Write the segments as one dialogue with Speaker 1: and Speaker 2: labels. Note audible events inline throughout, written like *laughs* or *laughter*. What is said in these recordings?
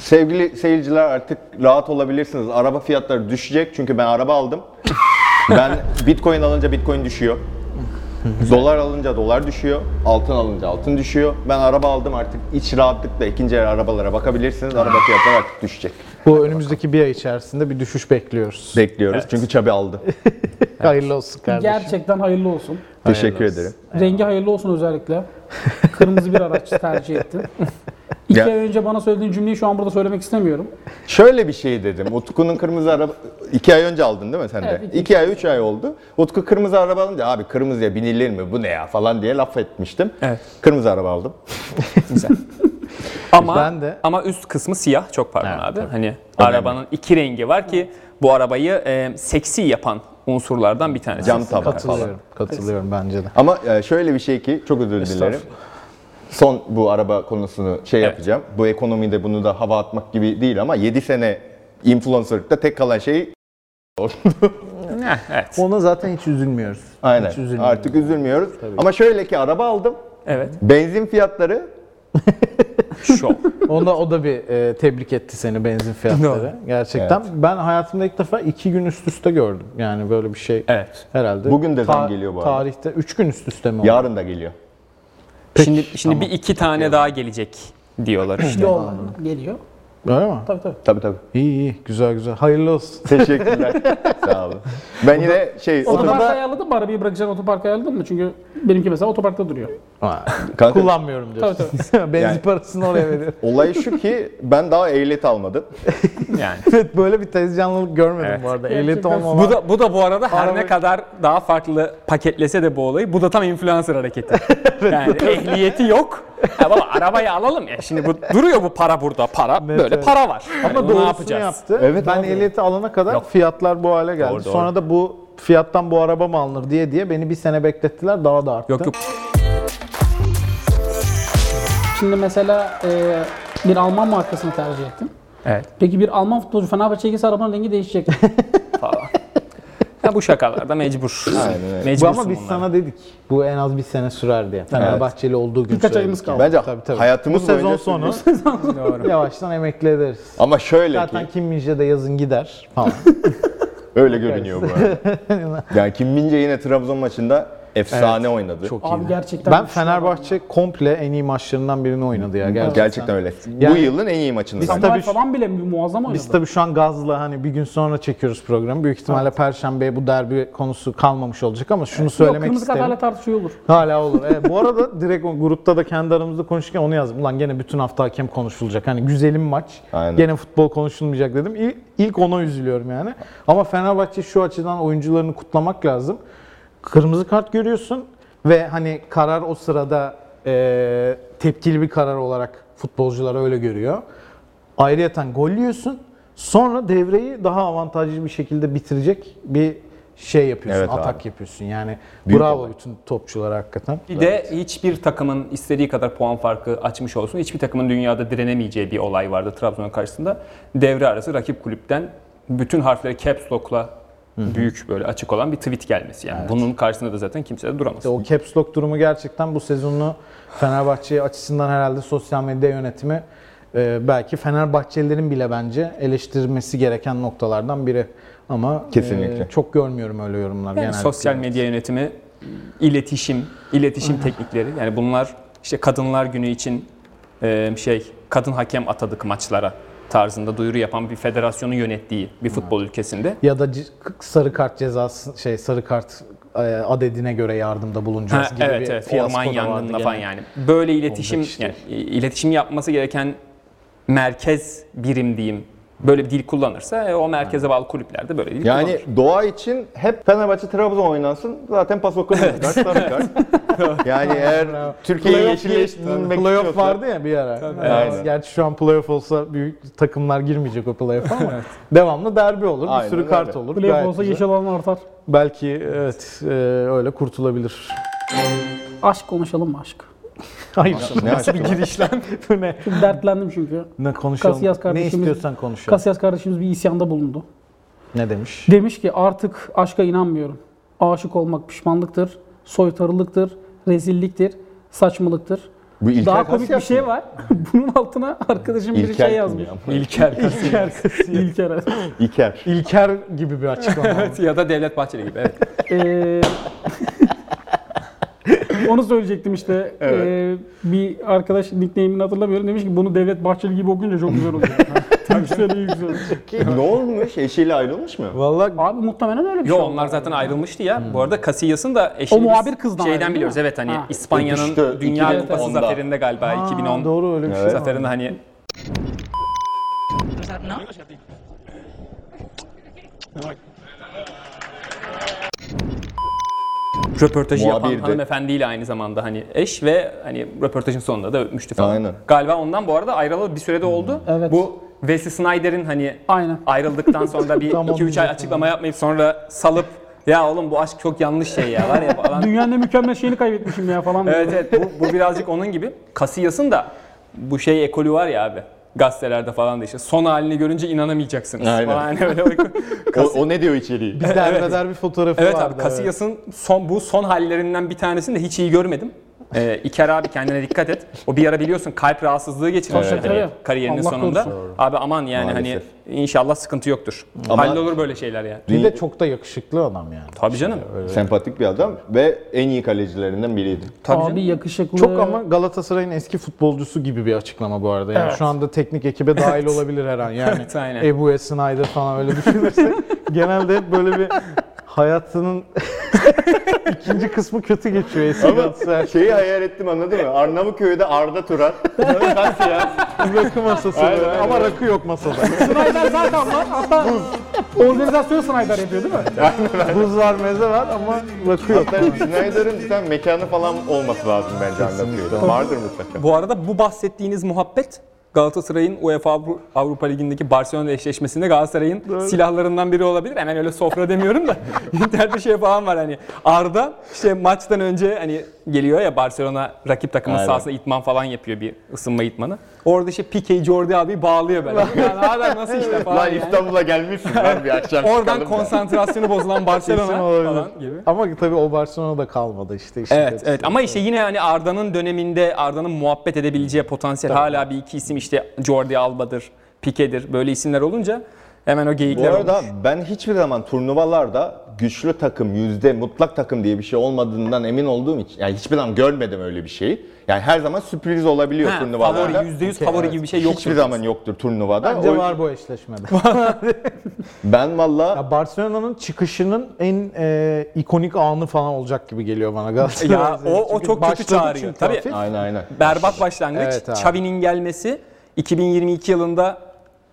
Speaker 1: Sevgili seyirciler artık rahat olabilirsiniz. Araba fiyatları düşecek çünkü ben araba aldım. ben bitcoin alınca bitcoin düşüyor. dolar alınca dolar düşüyor. Altın alınca altın düşüyor. Ben araba aldım artık iç rahatlıkla ikinci el arabalara bakabilirsiniz. Araba fiyatları artık düşecek.
Speaker 2: Bu önümüzdeki bir ay içerisinde bir düşüş bekliyoruz.
Speaker 1: Bekliyoruz çünkü Çabi aldı.
Speaker 2: Hayırlı olsun kardeşim.
Speaker 3: Gerçekten hayırlı olsun.
Speaker 1: Teşekkür ederim.
Speaker 3: Rengi hayırlı olsun özellikle. Kırmızı
Speaker 2: *laughs*
Speaker 3: bir araç tercih ettin. İki
Speaker 1: Ya-
Speaker 3: ay önce bana söylediğin cümleyi şu an burada söylemek istemiyorum.
Speaker 1: Şöyle bir şey dedim. Utku'nun kırmızı araba... iki ay önce aldın değil mi sen de?
Speaker 3: Evet, iki-
Speaker 1: iki ay, üç ay oldu. Utku kırmızı araba alınca abi kırmızıya binilir mi bu ne ya falan diye laf etmiştim.
Speaker 4: Evet.
Speaker 1: Kırmızı araba aldım.
Speaker 4: Ama
Speaker 2: Ben de-
Speaker 4: ama üst kısmı siyah çok pardon
Speaker 2: Evet,
Speaker 4: abi.
Speaker 2: tabii.
Speaker 4: Hani arabanın iki rengi var ki bu arabayı e, seksi yapan unsurlardan bir tanesi.
Speaker 1: Cam tabağı falan.
Speaker 2: Katılıyorum. Katılıyorum bence de.
Speaker 1: Ama e, şöyle bir şey ki çok özür dilerim. Son bu araba konusunu şey
Speaker 4: Evet.
Speaker 1: yapacağım. Bu ekonomide bunu da hava atmak gibi değil ama 7 sene influencerlıkta tek kalan şey
Speaker 4: Heh, evet.
Speaker 2: Ona zaten hiç üzülmüyoruz.
Speaker 1: aynen.
Speaker 2: Hiç üzülmüyoruz.
Speaker 1: Artık *laughs* üzülmüyoruz. Ama şöyle ki araba aldım.
Speaker 4: Evet.
Speaker 1: Benzin fiyatları
Speaker 4: Şov.
Speaker 2: *laughs* Ona o da bir e, tebrik etti seni benzin fiyatları. Gerçekten. Ben hayatımda ilk defa iki gün üst üste gördüm. Yani böyle bir şey
Speaker 4: Evet.
Speaker 2: herhalde.
Speaker 1: Bugün de zam geliyor bu arada.
Speaker 2: Tarihte üç gün üst üste mi oldu?
Speaker 1: yarın da geliyor.
Speaker 4: şimdi şimdi bir iki tane daha gelecek
Speaker 2: *laughs*
Speaker 4: diyorlar işte.
Speaker 3: Yol geliyor.
Speaker 2: Öyle mi?
Speaker 3: Tabii tabii.
Speaker 1: Tabii tabii.
Speaker 2: İyi iyi. Güzel güzel. Hayırlı olsun.
Speaker 1: Teşekkürler.
Speaker 2: *laughs*
Speaker 1: Sağ olun. Ben yine şey
Speaker 3: Otopark
Speaker 1: otoparkta
Speaker 3: ayarladın mı? Arabayı bırakacağın otopark ayarladın mı? Çünkü benimki mesela otoparkta duruyor.
Speaker 2: Ha,
Speaker 1: Kanka,
Speaker 2: Kullanmıyorum diyorsun. *laughs*
Speaker 3: Tabii,
Speaker 2: benzin
Speaker 1: Yani-
Speaker 2: parasını oraya veriyorum. *laughs*
Speaker 1: olay şu ki ben daha ehliyet almadım.
Speaker 4: Yani.
Speaker 2: evet böyle bir tezcanlılık görmedim
Speaker 4: Evet.
Speaker 2: bu arada. Ehliyet
Speaker 3: Gerçekten.
Speaker 2: olmama.
Speaker 4: Bu da bu da bu arada her ne kadar daha farklı paketlese de bu olayı bu da tam influencer hareketi.
Speaker 2: *laughs*
Speaker 4: yani ehliyeti yok. Ya baba arabayı alalım ya. Şimdi bu duruyor bu para burada. Para
Speaker 2: Evet,
Speaker 4: böyle
Speaker 2: evet.
Speaker 4: para var. Yani
Speaker 2: Ama
Speaker 4: bunu
Speaker 2: doğrusunu
Speaker 4: ne yapacağız?
Speaker 2: yaptı.
Speaker 1: Evet
Speaker 2: ben
Speaker 1: abi.
Speaker 2: ehliyeti alana kadar
Speaker 4: Yok.
Speaker 2: fiyatlar bu hale geldi.
Speaker 4: Doğru, doğru.
Speaker 2: Sonra da bu fiyattan bu araba mı alınır diye diye beni bir sene beklettiler daha da arttı.
Speaker 4: Yok yok.
Speaker 3: Şimdi mesela e, bir Alman markasını tercih ettim.
Speaker 4: Evet.
Speaker 3: Peki bir Alman futbolcu Fenerbahçe'ye gelse arabanın rengi
Speaker 2: *laughs*
Speaker 3: değişecek mi?
Speaker 4: Ya bu şakalarda mecbur.
Speaker 1: Aynen öyle.
Speaker 2: Bu
Speaker 4: Mecbursun
Speaker 2: ama biz
Speaker 4: bunlara.
Speaker 2: sana dedik. Bu en az bir sene sürer diye. Fenerbahçeli olduğu gün
Speaker 3: Birkaç
Speaker 2: söyledik.
Speaker 3: ayımız kaldı.
Speaker 1: Bence
Speaker 2: Tabii, tabii.
Speaker 1: hayatımız
Speaker 2: *laughs* Bu sezon
Speaker 1: boyunca
Speaker 2: sonu yavaştan emekli ederiz.
Speaker 1: Ama şöyle
Speaker 2: Zaten
Speaker 1: ki
Speaker 2: Kim Min-jae de yazın gider falan.
Speaker 1: öyle görünüyor bu arada.
Speaker 2: *laughs*
Speaker 1: yani Kim Min-jae yine Trabzon maçında efsane oynadı.
Speaker 3: Abi gerçekten. şey
Speaker 2: ben Fenerbahçe komple en iyi maçlarından birini oynadı ya gerçekten.
Speaker 1: Gerçekten öyle. Bu
Speaker 2: Yani-
Speaker 1: yılın en iyi maçını
Speaker 2: Biz
Speaker 1: bence.
Speaker 3: Samuel
Speaker 2: tabii-
Speaker 3: falan bile bir muazzam oynadı.
Speaker 2: Biz tabii şu an gazla hani bir gün sonra çekiyoruz programı. Büyük ihtimalle Perşembe'ye bu derbi konusu kalmamış olacak ama şunu
Speaker 3: Yok,
Speaker 2: söylemek
Speaker 3: kırmızı
Speaker 2: isterim.
Speaker 3: kartlarla tartışıyor olur.
Speaker 2: Hala olur. Evet, bu arada *laughs* direkt o grupta da kendi aramızda konuşurken onu yazdım. Ulan gene bütün hafta hakem konuşulacak. Hani güzelim maç.
Speaker 1: Aynen.
Speaker 2: Gene futbol konuşulmayacak dedim. İlk, ilk ona üzülüyorum yani. Ama Fenerbahçe şu açıdan oyuncularını kutlamak lazım. Kırmızı kart görüyorsun ve hani karar o sırada eee, tepkili bir karar olarak futbolcular öyle görüyor. Ayrıyeten gol yiyorsun. Sonra devreyi daha avantajlı bir şekilde bitirecek bir şey yapıyorsun,
Speaker 1: Evet abi.
Speaker 2: atak yapıyorsun. Yani
Speaker 1: Büyük
Speaker 2: bravo
Speaker 1: olay.
Speaker 2: bütün topçulara hakikaten.
Speaker 4: Bir de hiçbir takımın istediği kadar puan farkı açmış olsun. Hiçbir takımın dünyada direnemeyeceği bir olay vardı Trabzon'un karşısında. Devre arası rakip kulüpten bütün harfleri caps lock'la büyük böyle açık olan bir tweet gelmesi. Yani bunun karşısında da zaten kimse de duramaz.
Speaker 2: O caps lock durumu gerçekten bu sezonu Fenerbahçe açısından herhalde sosyal medya yönetimi e, belki Fenerbahçelilerin bile bence eleştirmesi gereken noktalardan biri. Ama e,
Speaker 1: Kesinlikle.
Speaker 2: çok görmüyorum öyle yorumlar
Speaker 4: Yani
Speaker 2: genellikle.
Speaker 4: sosyal medya yönetimi, iletişim, iletişim teknikleri. Yani bunlar işte kadınlar günü için e, şey kadın hakem atadık maçlara tarzında duyuru yapan bir federasyonun yönettiği bir futbol ülkesinde
Speaker 2: ya da c- sarı kart cezası şey sarı kart e, adedine göre yardımda bulunacağız
Speaker 4: Ha,
Speaker 2: gibi
Speaker 4: evet
Speaker 2: bir
Speaker 4: evet
Speaker 2: fiyasko
Speaker 4: orman
Speaker 2: da vardı
Speaker 4: yangınına
Speaker 2: gene.
Speaker 4: falan yani. Böyle iletişim
Speaker 2: Olacak iş
Speaker 4: yani, i- iletişim yapması gereken merkez birim diyeyim. Böyle bir dil kullanırsa e, o merkeze bağlı kulüplerde böyle dil
Speaker 1: Yani doğa için hep Fenerbahçe Trabzon oynansın. Zaten pas okumuyor. Kart, sarı kart.
Speaker 2: *laughs*
Speaker 1: yani eğer Türkiye'yi
Speaker 2: Playoff
Speaker 1: yeşilleştirmek
Speaker 2: playoff
Speaker 1: istiyorsa-
Speaker 2: vardı ya bir ara. Ee,
Speaker 1: Aynen.
Speaker 2: Gerçi şu an playoff olsa büyük takımlar girmeyecek o playoff'a
Speaker 1: *laughs*
Speaker 2: ama devamlı derbi olur.
Speaker 1: Aynen
Speaker 2: bir sürü
Speaker 1: öyle.
Speaker 2: kart olur.
Speaker 3: Playoff
Speaker 2: Gayet
Speaker 3: olsa
Speaker 2: güzel.
Speaker 3: yeşil alan artar.
Speaker 2: Belki evet e, öyle
Speaker 3: *laughs*
Speaker 2: kurtulabilir.
Speaker 3: Aşk konuşalım mı aşk?
Speaker 2: Hayır.
Speaker 1: Ne açtı lan?
Speaker 3: *laughs*
Speaker 2: Girişlen bu ne?
Speaker 3: Çok dertlendim çünkü.
Speaker 2: Ne konuşalım?
Speaker 3: Casillas
Speaker 2: ne
Speaker 3: kardeşimiz-
Speaker 2: istiyorsan konuşalım.
Speaker 3: Casillas kardeşimiz bir isyanda bulundu.
Speaker 2: ne demiş?
Speaker 3: Demiş ki artık aşka inanmıyorum. Aşık olmak pişmanlıktır, soytarılıktır, rezilliktir, saçmalıktır.
Speaker 1: Bu İlker
Speaker 3: Daha komik bir
Speaker 1: Casillas
Speaker 3: şey
Speaker 1: mı?
Speaker 3: var. *laughs* Bunun altına arkadaşım bir
Speaker 1: İlker
Speaker 3: şey
Speaker 1: kim
Speaker 3: yazmış.
Speaker 1: ya?
Speaker 3: *laughs*
Speaker 4: İlker
Speaker 3: İlker. İlker.
Speaker 2: *laughs*
Speaker 1: İlker.
Speaker 2: İlker gibi bir açıklama. *laughs*
Speaker 3: *laughs*
Speaker 4: Evet, *laughs* ya da Devlet Bahçeli gibi. Evet.
Speaker 3: Ee, *laughs* onu söyleyecektim işte. Ee, bir arkadaş nickname'ini hatırlamıyorum. Demiş ki bunu Devlet Bahçeli gibi okunca çok güzel oluyor. *laughs*
Speaker 1: *laughs*
Speaker 3: Türkçe'de iyi güzel.
Speaker 1: ne olmuş? Eşiyle ayrılmış mı?
Speaker 2: Vallahi
Speaker 3: Abi muhtemelen öyle bir
Speaker 4: Yo
Speaker 3: şey.
Speaker 4: onlar zaten ayrılmıştı ya. Bu arada Casillas'ın da eşini
Speaker 3: O
Speaker 4: biz
Speaker 3: muhabir kızdan ayrıldı,
Speaker 4: şeyden
Speaker 3: değil
Speaker 4: biliyoruz.
Speaker 3: mi?
Speaker 4: Evet hani
Speaker 3: Ha.
Speaker 4: İspanya'nın
Speaker 1: Öpüştü
Speaker 4: Dünya
Speaker 1: 2010'da.
Speaker 4: Kupası zaferinde galiba 2010
Speaker 2: doğru öyle bir şey.
Speaker 1: Evet.
Speaker 2: var.
Speaker 4: zaferinde hani röportajı yapan
Speaker 1: Muhabirdi.
Speaker 4: hanımefendiyle aynı zamanda hani eş ve hani röportajın sonunda da öpmüştü falan.
Speaker 1: Aynen.
Speaker 4: Galiba ondan bu arada ayrılalı bir sürede oldu.
Speaker 2: Hmm.
Speaker 3: Evet.
Speaker 4: Bu Wesley Snyder'in hani
Speaker 3: Aynen.
Speaker 4: ayrıldıktan sonra
Speaker 2: *laughs*
Speaker 4: bir
Speaker 2: Tam onu
Speaker 4: 2-3 ay
Speaker 2: diyecektim.
Speaker 4: açıklama yapmayıp sonra salıp ya oğlum bu aşk çok yanlış şey ya var
Speaker 2: *laughs*
Speaker 4: ya falan
Speaker 3: Dünyanın en mükemmel şeyini kaybetmişim
Speaker 1: *laughs*
Speaker 3: ya falan.
Speaker 4: Evet evet bu, bu birazcık onun gibi. Casillas'ın da bu şey ekolü var ya abi. Gazetelerde falan da işte son halini görünce inanamayacaksınız.
Speaker 1: Aynen.
Speaker 4: Falan hani öyle bir-
Speaker 1: O, o ne diyor içeriği?
Speaker 2: Bizde Ermeder bir fotoğrafı
Speaker 4: evet
Speaker 2: vardı.
Speaker 4: abi Casillas'ın son bu son hallerinden bir tanesini de hiç iyi görmedim. Ee, İker abi kendine dikkat et. O bir ara biliyorsun kalp rahatsızlığı geçirmiş
Speaker 1: Evet,
Speaker 4: hani
Speaker 3: evet.
Speaker 4: kariyerinin
Speaker 3: Allah
Speaker 4: sonunda.
Speaker 3: korusun.
Speaker 4: Abi aman yani
Speaker 1: Maalesef.
Speaker 4: hani inşallah sıkıntı yoktur.
Speaker 1: Ama-
Speaker 4: Hallolur böyle şeyler yani.
Speaker 2: Bir de çok da yakışıklı adam yani.
Speaker 4: Tabii canım.
Speaker 1: Sempatik bir adam ve en iyi kalecilerinden biriydi.
Speaker 4: Tabii
Speaker 3: Abi
Speaker 4: canım.
Speaker 3: yakışıklı.
Speaker 4: Ee,
Speaker 2: Çok ama Galatasaray'ın eski futbolcusu gibi bir açıklama bu arada. Yani şu anda teknik ekibe dahil olabilir her an. Yani
Speaker 4: Evet, aynen.
Speaker 2: Ebu Snyder falan öyle düşünürsek genelde hep böyle bir hayatının *laughs* ikinci kısmı kötü geçiyor eski Galatasaray.
Speaker 1: Şeyi hayal ettim anladın mı? Arnavutköy'de Arda Turan. Nasıl ya?
Speaker 2: Rakı masası
Speaker 1: Aynen,
Speaker 2: böyle.
Speaker 1: aynen.
Speaker 2: ama rakı yok masada.
Speaker 3: Snyder zaten var. Hatta organizasyon Snyder yapıyor değil mi?
Speaker 2: Buz var, meze var ama rakı yok.
Speaker 1: Hatta Snyder'ın bir tane mekanı falan olması lazım bence anlatıyordu. Vardır mutlaka.
Speaker 4: Bu arada bu bahsettiğiniz muhabbet Galatasaray'ın UEFA Avru- Avrupa Ligi'ndeki Barcelona eşleşmesinde Galatasaray'ın silahlarından biri olabilir. Hemen öyle
Speaker 2: *laughs*
Speaker 4: sofra demiyorum da internette şey falan var hani Arda işte maçtan önce hani geliyor ya Barcelona rakip takımın
Speaker 1: Aynen.
Speaker 4: sahasına itman falan yapıyor bir ısınma itmanı. Orada işte Pique Jordi abi bağlıyor böyle. Yani hala nasıl işte falan.
Speaker 1: Lan
Speaker 4: yani.
Speaker 1: İstanbul'a gelmişsin lan bir akşam
Speaker 4: Oradan
Speaker 1: çıkalım da.
Speaker 2: *laughs*
Speaker 4: konsantrasyonu bozulan Barcelona
Speaker 2: Kesin olabilir.
Speaker 4: falan gibi.
Speaker 2: Ama tabii o Barcelona'da kalmadı işte. işin
Speaker 4: Evet,
Speaker 2: kötüsü.
Speaker 4: evet. Ama işte yine hani Arda'nın döneminde Arda'nın muhabbet edebileceği potansiyel hala bir iki isim işte Jordi Alba'dır, Pique'dir böyle isimler olunca hemen o
Speaker 1: Bu
Speaker 4: geyikler
Speaker 1: arada
Speaker 4: olmuş.
Speaker 1: ben hiçbir zaman turnuvalarda güçlü takım, yüzde mutlak takım diye bir şey olmadığından emin olduğum için yani hiçbir zaman görmedim öyle bir şeyi. Yani her zaman sürpriz olabiliyor
Speaker 4: Ha,
Speaker 1: turnuvalarda.
Speaker 4: favori, yüzde yüz favori gibi bir şey yoktur.
Speaker 1: Hiçbir zaman yoktur turnuvada.
Speaker 2: Bence
Speaker 1: O-
Speaker 2: var bu eşleşmede.
Speaker 1: Ben valla
Speaker 2: Ya Barcelona'nın çıkışının en e, ikonik anı falan olacak gibi geliyor
Speaker 4: *laughs*
Speaker 2: bana Galatasaray.
Speaker 4: Ya o- o
Speaker 2: Çünkü
Speaker 4: çok kötü
Speaker 2: başladı
Speaker 4: çağırıyor.
Speaker 2: çünkü
Speaker 4: Tabii.
Speaker 2: hafif.
Speaker 1: aynen aynen.
Speaker 4: Berbat başlangıç.
Speaker 2: Evet abi.
Speaker 4: Xavi'nin gelmesi 2022 yılında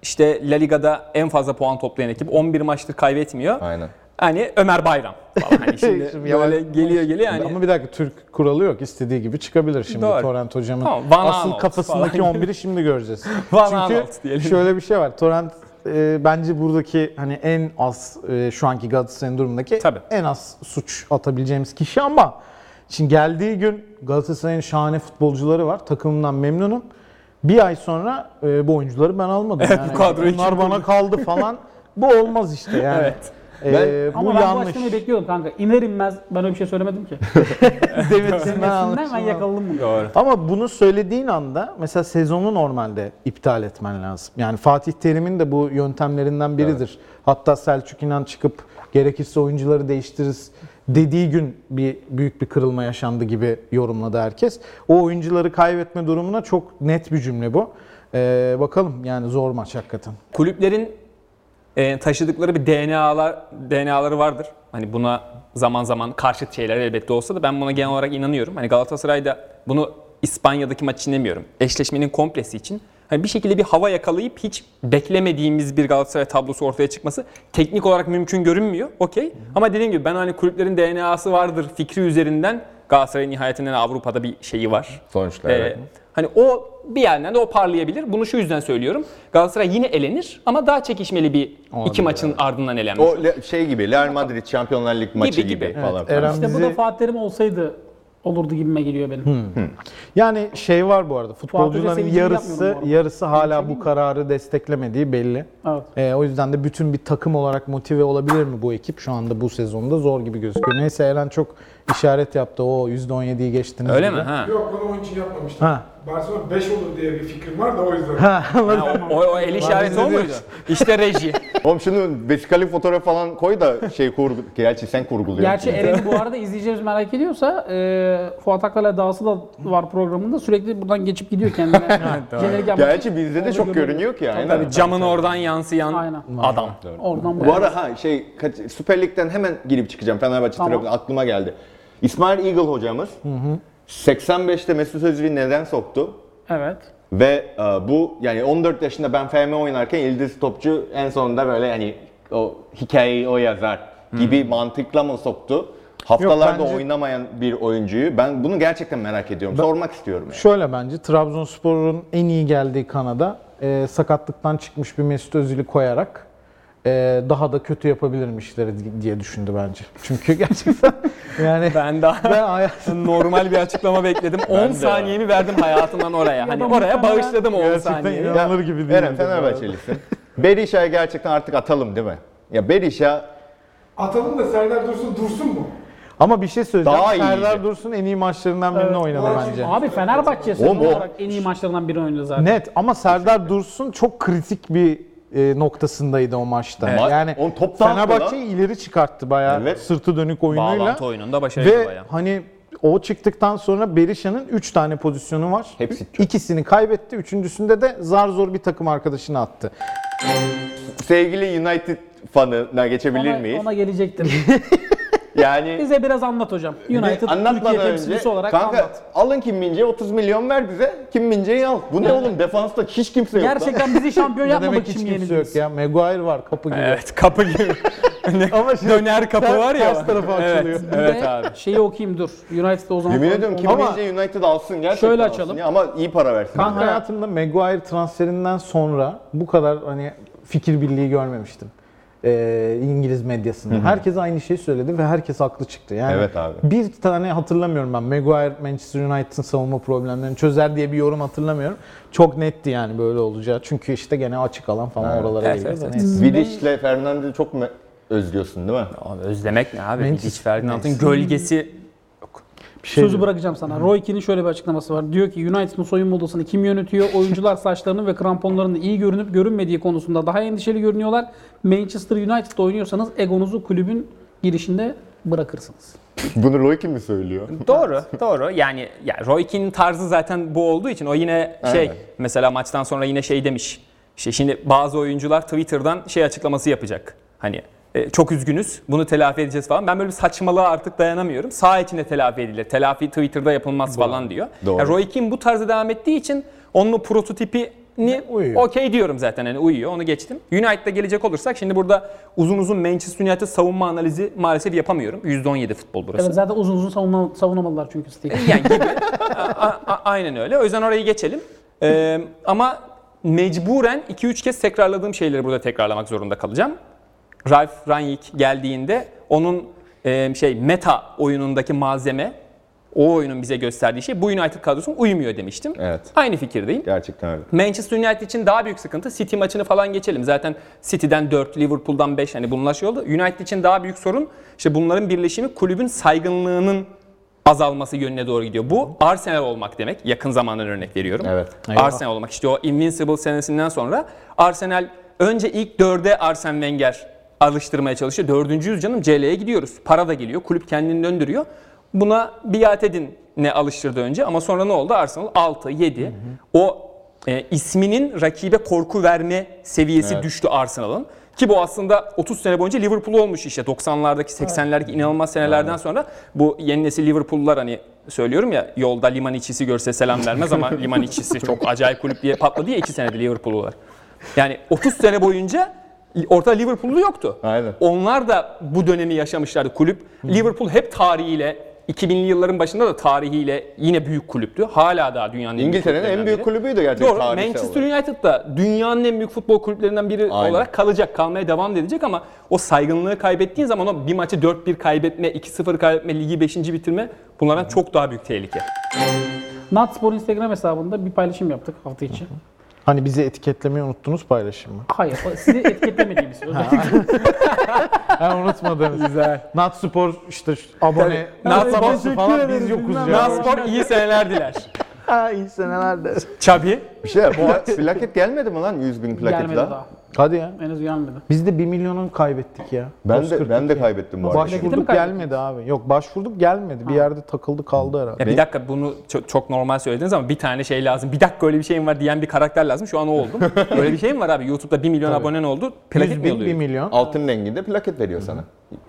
Speaker 4: işte La Liga'da en fazla puan toplayan ekip 11 maçtır kaybetmiyor.
Speaker 1: Aynen.
Speaker 4: Hani Ömer Bayram falan hani şimdi,
Speaker 2: Şimdi
Speaker 4: böyle
Speaker 2: yavaş-
Speaker 4: geliyor geliyor yani.
Speaker 2: Ama bir dakika Türk kuralı yok. İstediği gibi çıkabilir şimdi
Speaker 4: Doğru.
Speaker 2: Torrent hocamın.
Speaker 4: Tamam, Van
Speaker 2: asıl
Speaker 4: Aanholt
Speaker 2: kafasındaki
Speaker 4: falan.
Speaker 2: 11'i şimdi göreceğiz.
Speaker 4: *laughs* Van
Speaker 2: Çünkü
Speaker 4: Aanholt diyelim.
Speaker 2: şöyle bir şey var. Torrent e, bence buradaki hani en az e, şu anki Galatasaray'ın durumundaki
Speaker 4: Tabii.
Speaker 2: en az suç atabileceğimiz kişi ama şimdi geldiği gün Galatasaray'ın şahane futbolcuları var. Takımından memnunum. Bir ay sonra e, bu oyuncuları ben almadım.
Speaker 4: Evet, bu kadroyu kim
Speaker 2: bunlar bana kaldı
Speaker 4: *laughs*
Speaker 2: falan. bu olmaz işte yani.
Speaker 4: Evet.
Speaker 2: E,
Speaker 1: Ben-
Speaker 2: bu
Speaker 3: Ama ben bu
Speaker 2: yanlış.
Speaker 3: açıklamayı bekliyordum kanka. İner inmez ben öyle bir şey söylemedim ki.
Speaker 2: Demetsinden
Speaker 3: Demesinden
Speaker 2: anlaşılan.
Speaker 3: ben yakaladım bunu.
Speaker 4: Doğru.
Speaker 2: Ama bunu söylediğin anda mesela sezonu normalde iptal etmen lazım. Yani Fatih Terim'in de bu yöntemlerinden biridir. Hatta Selçuk İnan çıkıp gerekirse oyuncuları değiştiririz dediği gün bir büyük bir kırılma yaşandı gibi yorumladı herkes. O oyuncuları kaybetme durumuna çok net bir cümle bu. Ee, bakalım yani zor maç hakikaten.
Speaker 4: kulüplerin e, taşıdıkları bir DNA'lar DNA'ları vardır. Hani buna zaman zaman karşıt şeyler elbette olsa da ben buna genel olarak inanıyorum. Hani Galatasaray'da bunu İspanya'daki maç için demiyorum. Eşleşmenin komplesi için hani bir şekilde bir hava yakalayıp hiç beklemediğimiz bir Galatasaray tablosu ortaya çıkması teknik olarak mümkün görünmüyor. Okey. Ama dediğim gibi ben hani kulüplerin DNA'sı vardır fikri üzerinden Galatasaray'ın nihayetinde Avrupa'da bir şeyi var.
Speaker 1: Sonuçlar.
Speaker 4: Ee, hani o bir yerden de o parlayabilir. Bunu şu yüzden söylüyorum. Galatasaray yine elenir ama daha çekişmeli bir iki maçın ardından elenmiş.
Speaker 1: O le- şey gibi Real Madrid Şampiyonlar Lig maçı gibi,
Speaker 4: gibi.
Speaker 1: falan.
Speaker 2: Evet, Eren
Speaker 3: İşte bu
Speaker 2: bizi-
Speaker 3: da Fatih Terim olsaydı olurdu gibime geliyor benim.
Speaker 2: Yani şey var bu arada futbolcuların
Speaker 3: sevincini
Speaker 2: yarısı
Speaker 3: yapmıyorum bu arada.
Speaker 2: yarısı hala bu kararı desteklemediği belli.
Speaker 3: Evet.
Speaker 2: Ee, o yüzden de bütün bir takım olarak motive olabilir mi bu ekip? Şu anda bu sezonda zor gibi gözüküyor. Neyse Eren çok işaret yaptı. O %17'yi geçtiniz.
Speaker 4: Öyle mi?
Speaker 2: gibi.
Speaker 4: Ha.
Speaker 5: Yok bunu onun için yapmamıştım.
Speaker 2: Ha.
Speaker 5: Barcelona 5 olur diye bir fikrim var da o yüzden.
Speaker 2: Ha, anladım.
Speaker 4: Ha, o, o el işareti o muydu? İşte *laughs* reji.
Speaker 1: Oğlum şunu vesikalı fotoğraf falan koy da şey kur...
Speaker 3: *laughs*
Speaker 1: Gerçi sen kurguluyorsun.
Speaker 3: Gerçi Eren'i bu arada izleyicilerimiz merak ediyorsa e, Fuat Akkal'a dağısı da var programında. Sürekli buradan geçip gidiyor kendine. Jenerik yapmak için.
Speaker 1: Gerçi bizde de çok görünüyor ki aynen.
Speaker 4: Camın oradan yansıyan
Speaker 3: Aynen.
Speaker 4: adam.
Speaker 3: Oradan
Speaker 1: Bu
Speaker 3: buraya.
Speaker 1: ara ha şey kaç- Süper Lig'den hemen girip çıkacağım Fenerbahçe
Speaker 3: Tamam.
Speaker 1: Trabzon aklıma geldi. İsmail Eagle hocamız 85'te Mesut Özil'i neden soktu?
Speaker 3: Evet.
Speaker 1: Ve e, bu yani 14 yaşında ben FM oynarken Yıldız Topçu en sonunda böyle hani o hikayeyi o yazar gibi mantıkla mı soktu? Haftalarda
Speaker 2: bence-
Speaker 1: oynamayan bir oyuncuyu ben bunu gerçekten merak ediyorum. Sormak istiyorum. Yani.
Speaker 2: Şöyle bence Trabzonspor'un en iyi geldiği kanada e, sakatlıktan çıkmış bir Mesut Özil'i koyarak e, daha da kötü yapabilirmiş işleri diye düşündü bence. Çünkü *laughs* gerçekten yani
Speaker 4: Ben daha *laughs*
Speaker 2: ben hayatım
Speaker 3: *laughs*
Speaker 4: normal bir açıklama bekledim. 10 saniyemi verdim hayatımdan oraya. Hani oraya bağışladım o 10
Speaker 2: gerçekten
Speaker 4: saniyeyi.
Speaker 2: inanılır gibi değil.
Speaker 1: Eren Fenerbahçelisin. *laughs* Berisha'ya gerçekten artık atalım değil mi? Ya Berisha
Speaker 5: Atalım da Serdar Dursun dursun mu?
Speaker 2: Ama bir şey söyleyeceğim.
Speaker 1: Daha iyiydi.
Speaker 2: Serdar Dursun en iyi maçlarından birini oynadı
Speaker 5: Oğlum,
Speaker 2: bence.
Speaker 3: Abi Fenerbahçe sezon
Speaker 1: Oğlum bu-
Speaker 3: olarak en iyi maçlarından biri oynadı zaten.
Speaker 2: Net ama Serdar Dursun çok kritik bir e, noktasındaydı o maçta.
Speaker 1: Evet.
Speaker 2: Yani
Speaker 1: Oğlum top da attı
Speaker 2: Fenerbahçe'yi ileri çıkarttı bayağı
Speaker 1: Evet.
Speaker 2: sırtı dönük oyunuyla.
Speaker 4: Bağlantı oyununda başarıydı
Speaker 2: Ve
Speaker 4: Şey bayağı.
Speaker 2: hani o çıktıktan sonra Berisha'nın 3 tane pozisyonu var.
Speaker 1: Hepsi çok.
Speaker 2: İkisini kaybetti. Üçüncüsünde de zar zor bir takım arkadaşını attı.
Speaker 1: sevgili United fanına geçebilir
Speaker 3: ona,
Speaker 1: miyiz?
Speaker 3: ona gelecektim.
Speaker 1: Yani
Speaker 3: Bize biraz anlat hocam. United
Speaker 1: anlatmadan
Speaker 3: Türkiye
Speaker 1: önce
Speaker 3: temsilcisi olarak
Speaker 1: kanka
Speaker 3: anlat.
Speaker 1: alın Kim Mince'ye 30 milyon ver bize. Kim Mince'yi al. Bu ne oğlum defansta hiç kimse yok. lan.
Speaker 3: Gerçekten bizi şampiyon
Speaker 2: Ne
Speaker 3: yapmamak
Speaker 2: demek
Speaker 3: için
Speaker 2: hiç
Speaker 3: mi
Speaker 2: kimse yok
Speaker 3: yenildiniz?
Speaker 2: ya. Maguire var kapı gibi.
Speaker 4: Evet
Speaker 2: *laughs*
Speaker 4: kapı gibi. Ne-
Speaker 2: Ama şimdi
Speaker 4: Döner kapı
Speaker 2: ters-
Speaker 4: var ya.
Speaker 2: ters tarafa
Speaker 4: evet,
Speaker 2: açılıyor.
Speaker 3: Bir
Speaker 4: Evet
Speaker 3: de
Speaker 4: abi.
Speaker 3: Şeyi okuyayım dur. United'da o zaman.
Speaker 1: Yemin ediyorum Kim
Speaker 2: Ama-
Speaker 1: Mince United alsın gerçekten
Speaker 3: Şöyle
Speaker 1: alsın
Speaker 3: açalım.
Speaker 1: ya. ama iyi para versin.
Speaker 2: Ben hayatımda Maguire transferinden sonra bu kadar hani fikir birliği görmemiştim. Ee, İngiliz medyasında. Herkes aynı şeyi söyledi ve herkes haklı çıktı. Yani
Speaker 1: Evet abi.
Speaker 2: Bir tane hatırlamıyorum ben. Maguire Manchester United'ın savunma problemlerini çözer diye bir yorum hatırlamıyorum. Çok netti yani böyle olacağı. Çünkü işte gene açık alan falan oralara
Speaker 4: Evet,
Speaker 2: geliyor.
Speaker 4: evet,
Speaker 2: da
Speaker 4: evet.
Speaker 2: neyse.
Speaker 1: Vidic'le Fernandes'i çok mu özlüyorsun değil mi?
Speaker 4: Abi özlemek ne abi?
Speaker 2: Manchester
Speaker 4: Hiç Fernand'ın
Speaker 2: United.
Speaker 4: gölgesi
Speaker 2: Bir şey
Speaker 3: Sözü
Speaker 2: diyorum.
Speaker 3: bırakacağım sana. Roy Keane'in şöyle bir açıklaması var. Diyor ki United'ın soyunma odasını kim yönetiyor? Oyuncular saçlarının ve kramponlarının iyi görünüp görünmediği konusunda daha endişeli görünüyorlar. Manchester United'da oynuyorsanız egonuzu kulübün girişinde bırakırsınız.
Speaker 1: Bunu Roy kim mi söylüyor?
Speaker 4: Doğru, doğru. Yani ya Roy Keane'in tarzı zaten bu olduğu için o yine şey
Speaker 1: Aynen.
Speaker 4: mesela maçtan sonra yine şey demiş. İşte şimdi bazı oyuncular Twitter'dan şey açıklaması yapacak. Hani e, çok üzgünüz. Bunu telafi edeceğiz falan. Ben böyle bir saçmalığa artık dayanamıyorum. Sağ içinde telafi edilir. Telafi Twitter'da yapılmaz falan diyor.
Speaker 1: Doğru.
Speaker 4: Ya Roy Keane bu tarzı devam ettiği için onun o prototipi ni
Speaker 2: Uyuyor.
Speaker 4: okey diyorum zaten hani uyuyor onu geçtim. United'a gelecek olursak şimdi burada uzun uzun Manchester United savunma analizi maalesef yapamıyorum. %17 futbol burası.
Speaker 3: Evet zaten uzun uzun savunma, savunamadılar çünkü
Speaker 4: *laughs*
Speaker 3: Steve.
Speaker 4: Yani gibi. A- a- a- aynen öyle. O yüzden orayı geçelim. Ee, ama mecburen 2-3 kez tekrarladığım şeyleri burada tekrarlamak zorunda kalacağım. Ralf Rangnick geldiğinde onun e, şey meta oyunundaki malzeme o oyunun bize gösterdiği şey bu United kadrosuna uymuyor demiştim.
Speaker 1: Evet.
Speaker 4: Aynı fikirdeyim.
Speaker 1: Gerçekten öyle.
Speaker 4: Manchester United için daha büyük sıkıntı City maçını falan geçelim. Zaten City'den 4, Liverpool'dan 5 hani bunlar şey oldu. United için daha büyük sorun işte bunların birleşimi kulübün saygınlığının azalması yönüne doğru gidiyor. Bu Arsenal olmak demek. Yakın zamandan örnek veriyorum.
Speaker 1: Evet.
Speaker 2: Eyvah.
Speaker 4: Arsenal olmak işte o Invincible senesinden sonra Arsenal önce ilk dörde Arsene Wenger alıştırmaya çalışıyor. Dördüncüyüz canım CL'ye gidiyoruz. Para da geliyor. Kulüp kendini döndürüyor. Buna biat edin ne alıştırdı önce ama sonra ne oldu? Arsenal 6, 7. O e, isminin rakibe korku verme seviyesi düştü Arsenal'ın. Ki bu aslında 30 sene boyunca Liverpool olmuş işte 90'lardaki 80'lerdeki inanılmaz senelerden sonra bu yeni nesil Liverpool'lular hani söylüyorum ya yolda liman içisi görse selam
Speaker 1: *laughs*
Speaker 4: vermez ama liman içisi çok acayip kulüp diye patladı ya 2 senede Liverpool'lular. Yani 30 sene boyunca ortada Liverpool'lu yoktu.
Speaker 1: Aynen.
Speaker 4: Onlar da bu dönemi yaşamışlardı. Kulüp Liverpool hep tarihiyle 2000'li yılların başında da tarihiyle yine büyük kulüptü. Hala daha dünyanın en büyük
Speaker 1: İngiltere'nin en
Speaker 4: kulüplerinden
Speaker 1: büyük
Speaker 4: biri.
Speaker 1: kulübüydü gerçekten
Speaker 4: Doğru.
Speaker 1: tarihsel
Speaker 4: Manchester
Speaker 1: olarak.
Speaker 4: United da dünyanın en büyük futbol kulüplerinden biri
Speaker 1: Aynen.
Speaker 4: olarak kalacak, kalmaya devam da edecek ama o saygınlığı kaybettiğin zaman o bir maçı 4-1 kaybetme, 2-0 kaybetme, ligi 5. bitirme bunlardan çok daha büyük tehlike.
Speaker 3: Natspor Instagram hesabında bir paylaşım yaptık hafta içi.
Speaker 2: Hani bizi etiketlemeyi unuttunuz paylaşımı.
Speaker 3: Hayır, o sizi etiketlemediğimiz. özellikle.
Speaker 2: Ha unutmadınız. Güzel. Nat Spor işte şu- abone. Nat
Speaker 4: Natspor-
Speaker 2: Spor falan biz yokuz ya.
Speaker 4: Naspor iyi seneler *laughs* diler.
Speaker 2: Ha iyi senelerde.
Speaker 4: Çabi.
Speaker 1: Bir şey bu plaket gelmedi mi lan 100 bin plaket
Speaker 3: gelmedi
Speaker 1: daha?
Speaker 3: daha.
Speaker 2: Hadi ya.
Speaker 3: Henüz gelmedi.
Speaker 2: Biz de 1 milyonu kaybettik ya.
Speaker 1: Ben de
Speaker 2: 140.
Speaker 1: ben de kaybettim bu arada.
Speaker 3: Plaketi mi
Speaker 2: Başvurduk
Speaker 3: kaybettik?
Speaker 2: gelmedi abi. Yok başvurduk gelmedi. Bir yerde takıldı kaldı herhalde.
Speaker 4: Ya bir dakika bunu ço- çok, normal söylediniz ama bir tane şey lazım. Bir dakika öyle bir şeyim var diyen bir karakter lazım. Şu an
Speaker 1: *laughs*
Speaker 4: o oldum. öyle bir şeyim var abi. YouTube'da 1 milyon abonen oldu.
Speaker 2: 100
Speaker 4: Plaket mi
Speaker 2: bin 1
Speaker 4: oluyor?
Speaker 2: milyon.
Speaker 1: Altın renginde plaket veriyor sana.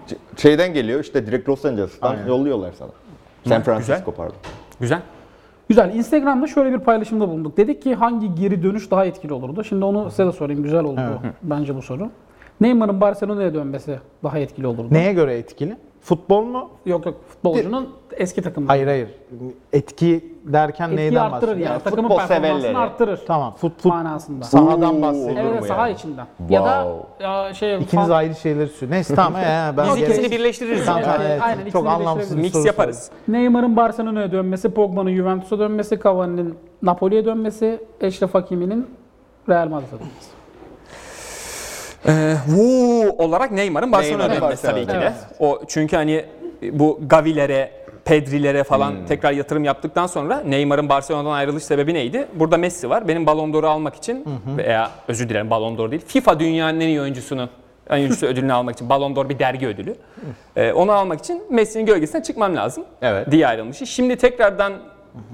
Speaker 1: Ç- Şeyden geliyor işte direkt Los Angeles'tan yolluyorlar sana. San Francisco pardon.
Speaker 4: Güzel.
Speaker 3: Güzel. Instagram'da şöyle bir paylaşımda bulunduk. Dedik ki hangi geri dönüş daha etkili olurdu? Şimdi onu size de sorayım. Güzel oldu bence bu soru. Neymar'ın Barcelona'ya dönmesi daha etkili olurdu.
Speaker 2: Neye göre etkili? Futbol mu?
Speaker 3: Yok yok futbolcunun eski takımı.
Speaker 2: Hayır hayır. Etki derken
Speaker 3: Etkiyi
Speaker 2: neyden
Speaker 3: arttırır
Speaker 2: bahsediyorsun?
Speaker 3: yani.
Speaker 1: Futbol
Speaker 3: Takımın performansını
Speaker 1: severleri.
Speaker 3: arttırır.
Speaker 2: Tamam. Fut, fut,
Speaker 3: Manasında.
Speaker 2: sahadan
Speaker 1: Oo,
Speaker 2: bahsediyorum.
Speaker 1: olur
Speaker 3: Evet
Speaker 1: mu
Speaker 3: saha
Speaker 1: yani?
Speaker 3: içinden. Ya da
Speaker 1: Wow.
Speaker 3: ya şey
Speaker 2: İkiniz
Speaker 3: fan-
Speaker 2: ayrı şeyleri söylüyorsunuz. Neyse tamam. He, ben
Speaker 4: Biz ikisini
Speaker 2: Okey.
Speaker 4: birleştiririz.
Speaker 2: Tamam,
Speaker 4: yani.
Speaker 2: tamam, evet.
Speaker 3: Aynen, ikisini
Speaker 2: Çok anlamsız bir
Speaker 4: Mix
Speaker 2: soru
Speaker 4: yaparız.
Speaker 3: Neymar'ın Barcelona'ya dönmesi, Pogba'nın Juventus'a dönmesi, Cavani'nin Napoli'ye dönmesi, Eşref Hakimi'nin Real Madrid'e dönmesi.
Speaker 4: Woo olarak Neymar'ın Barcelona'ya
Speaker 1: Neymar'ın
Speaker 4: dönmesi tabii ki de.
Speaker 3: Barcelona'ya.
Speaker 4: O çünkü hani bu Gavi'lere, Pedri'lere falan tekrar yatırım yaptıktan sonra Neymar'ın Barcelona'dan ayrılış sebebi neydi? Burada Messi var. Benim Ballon d'Or'u almak için veya özür dilerim Ballon d'Or değil. FIFA dünyanın en iyi oyuncusunun en iyi *laughs* oyuncusu ödülünü almak için Ballon d'Or bir dergi ödülü. Ee, onu almak için Messi'nin gölgesine çıkmam lazım
Speaker 1: Evet.
Speaker 4: diye ayrılmıştı. Şimdi tekrardan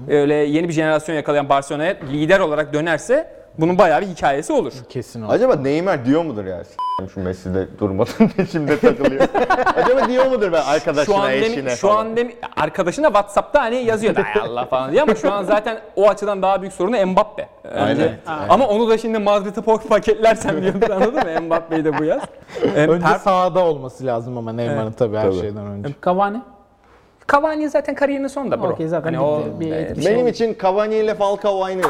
Speaker 4: öyle yeni bir jenerasyon yakalayan Barcelona'ya lider olarak dönerse bunun bayağı bir hikayesi olur.
Speaker 2: Kesin o.
Speaker 1: Acaba Neymar diyor mudur ya? S- Şu Messi'de durmadan *laughs* şimdi takılıyor. Acaba diyor mudur ben arkadaşına,
Speaker 4: şu an demi-
Speaker 1: eşine
Speaker 4: şu
Speaker 1: falan?
Speaker 4: an demi- arkadaşına WhatsApp'ta hani yazıyor da, "Ay Allah falan diye ama şu an zaten o açıdan daha büyük sorunu Mbappe. Önce-
Speaker 1: Aynen.
Speaker 4: Ama onu da şimdi Madrid'e pok- paketlersem diyordur anladın mı? Mbappe'yi de bu yaz. Ee,
Speaker 2: Önce
Speaker 4: per-
Speaker 2: sahada olması lazım ama Neymar'ın tabii her
Speaker 1: Tabii.
Speaker 2: şeyden önce.
Speaker 3: Cavani?
Speaker 4: Cavani zaten kariyerinin sonunda bro.
Speaker 3: Okey, zaten bitti. Bir
Speaker 4: e,
Speaker 3: etkisi
Speaker 1: Benim için Cavani ile Falcao aynı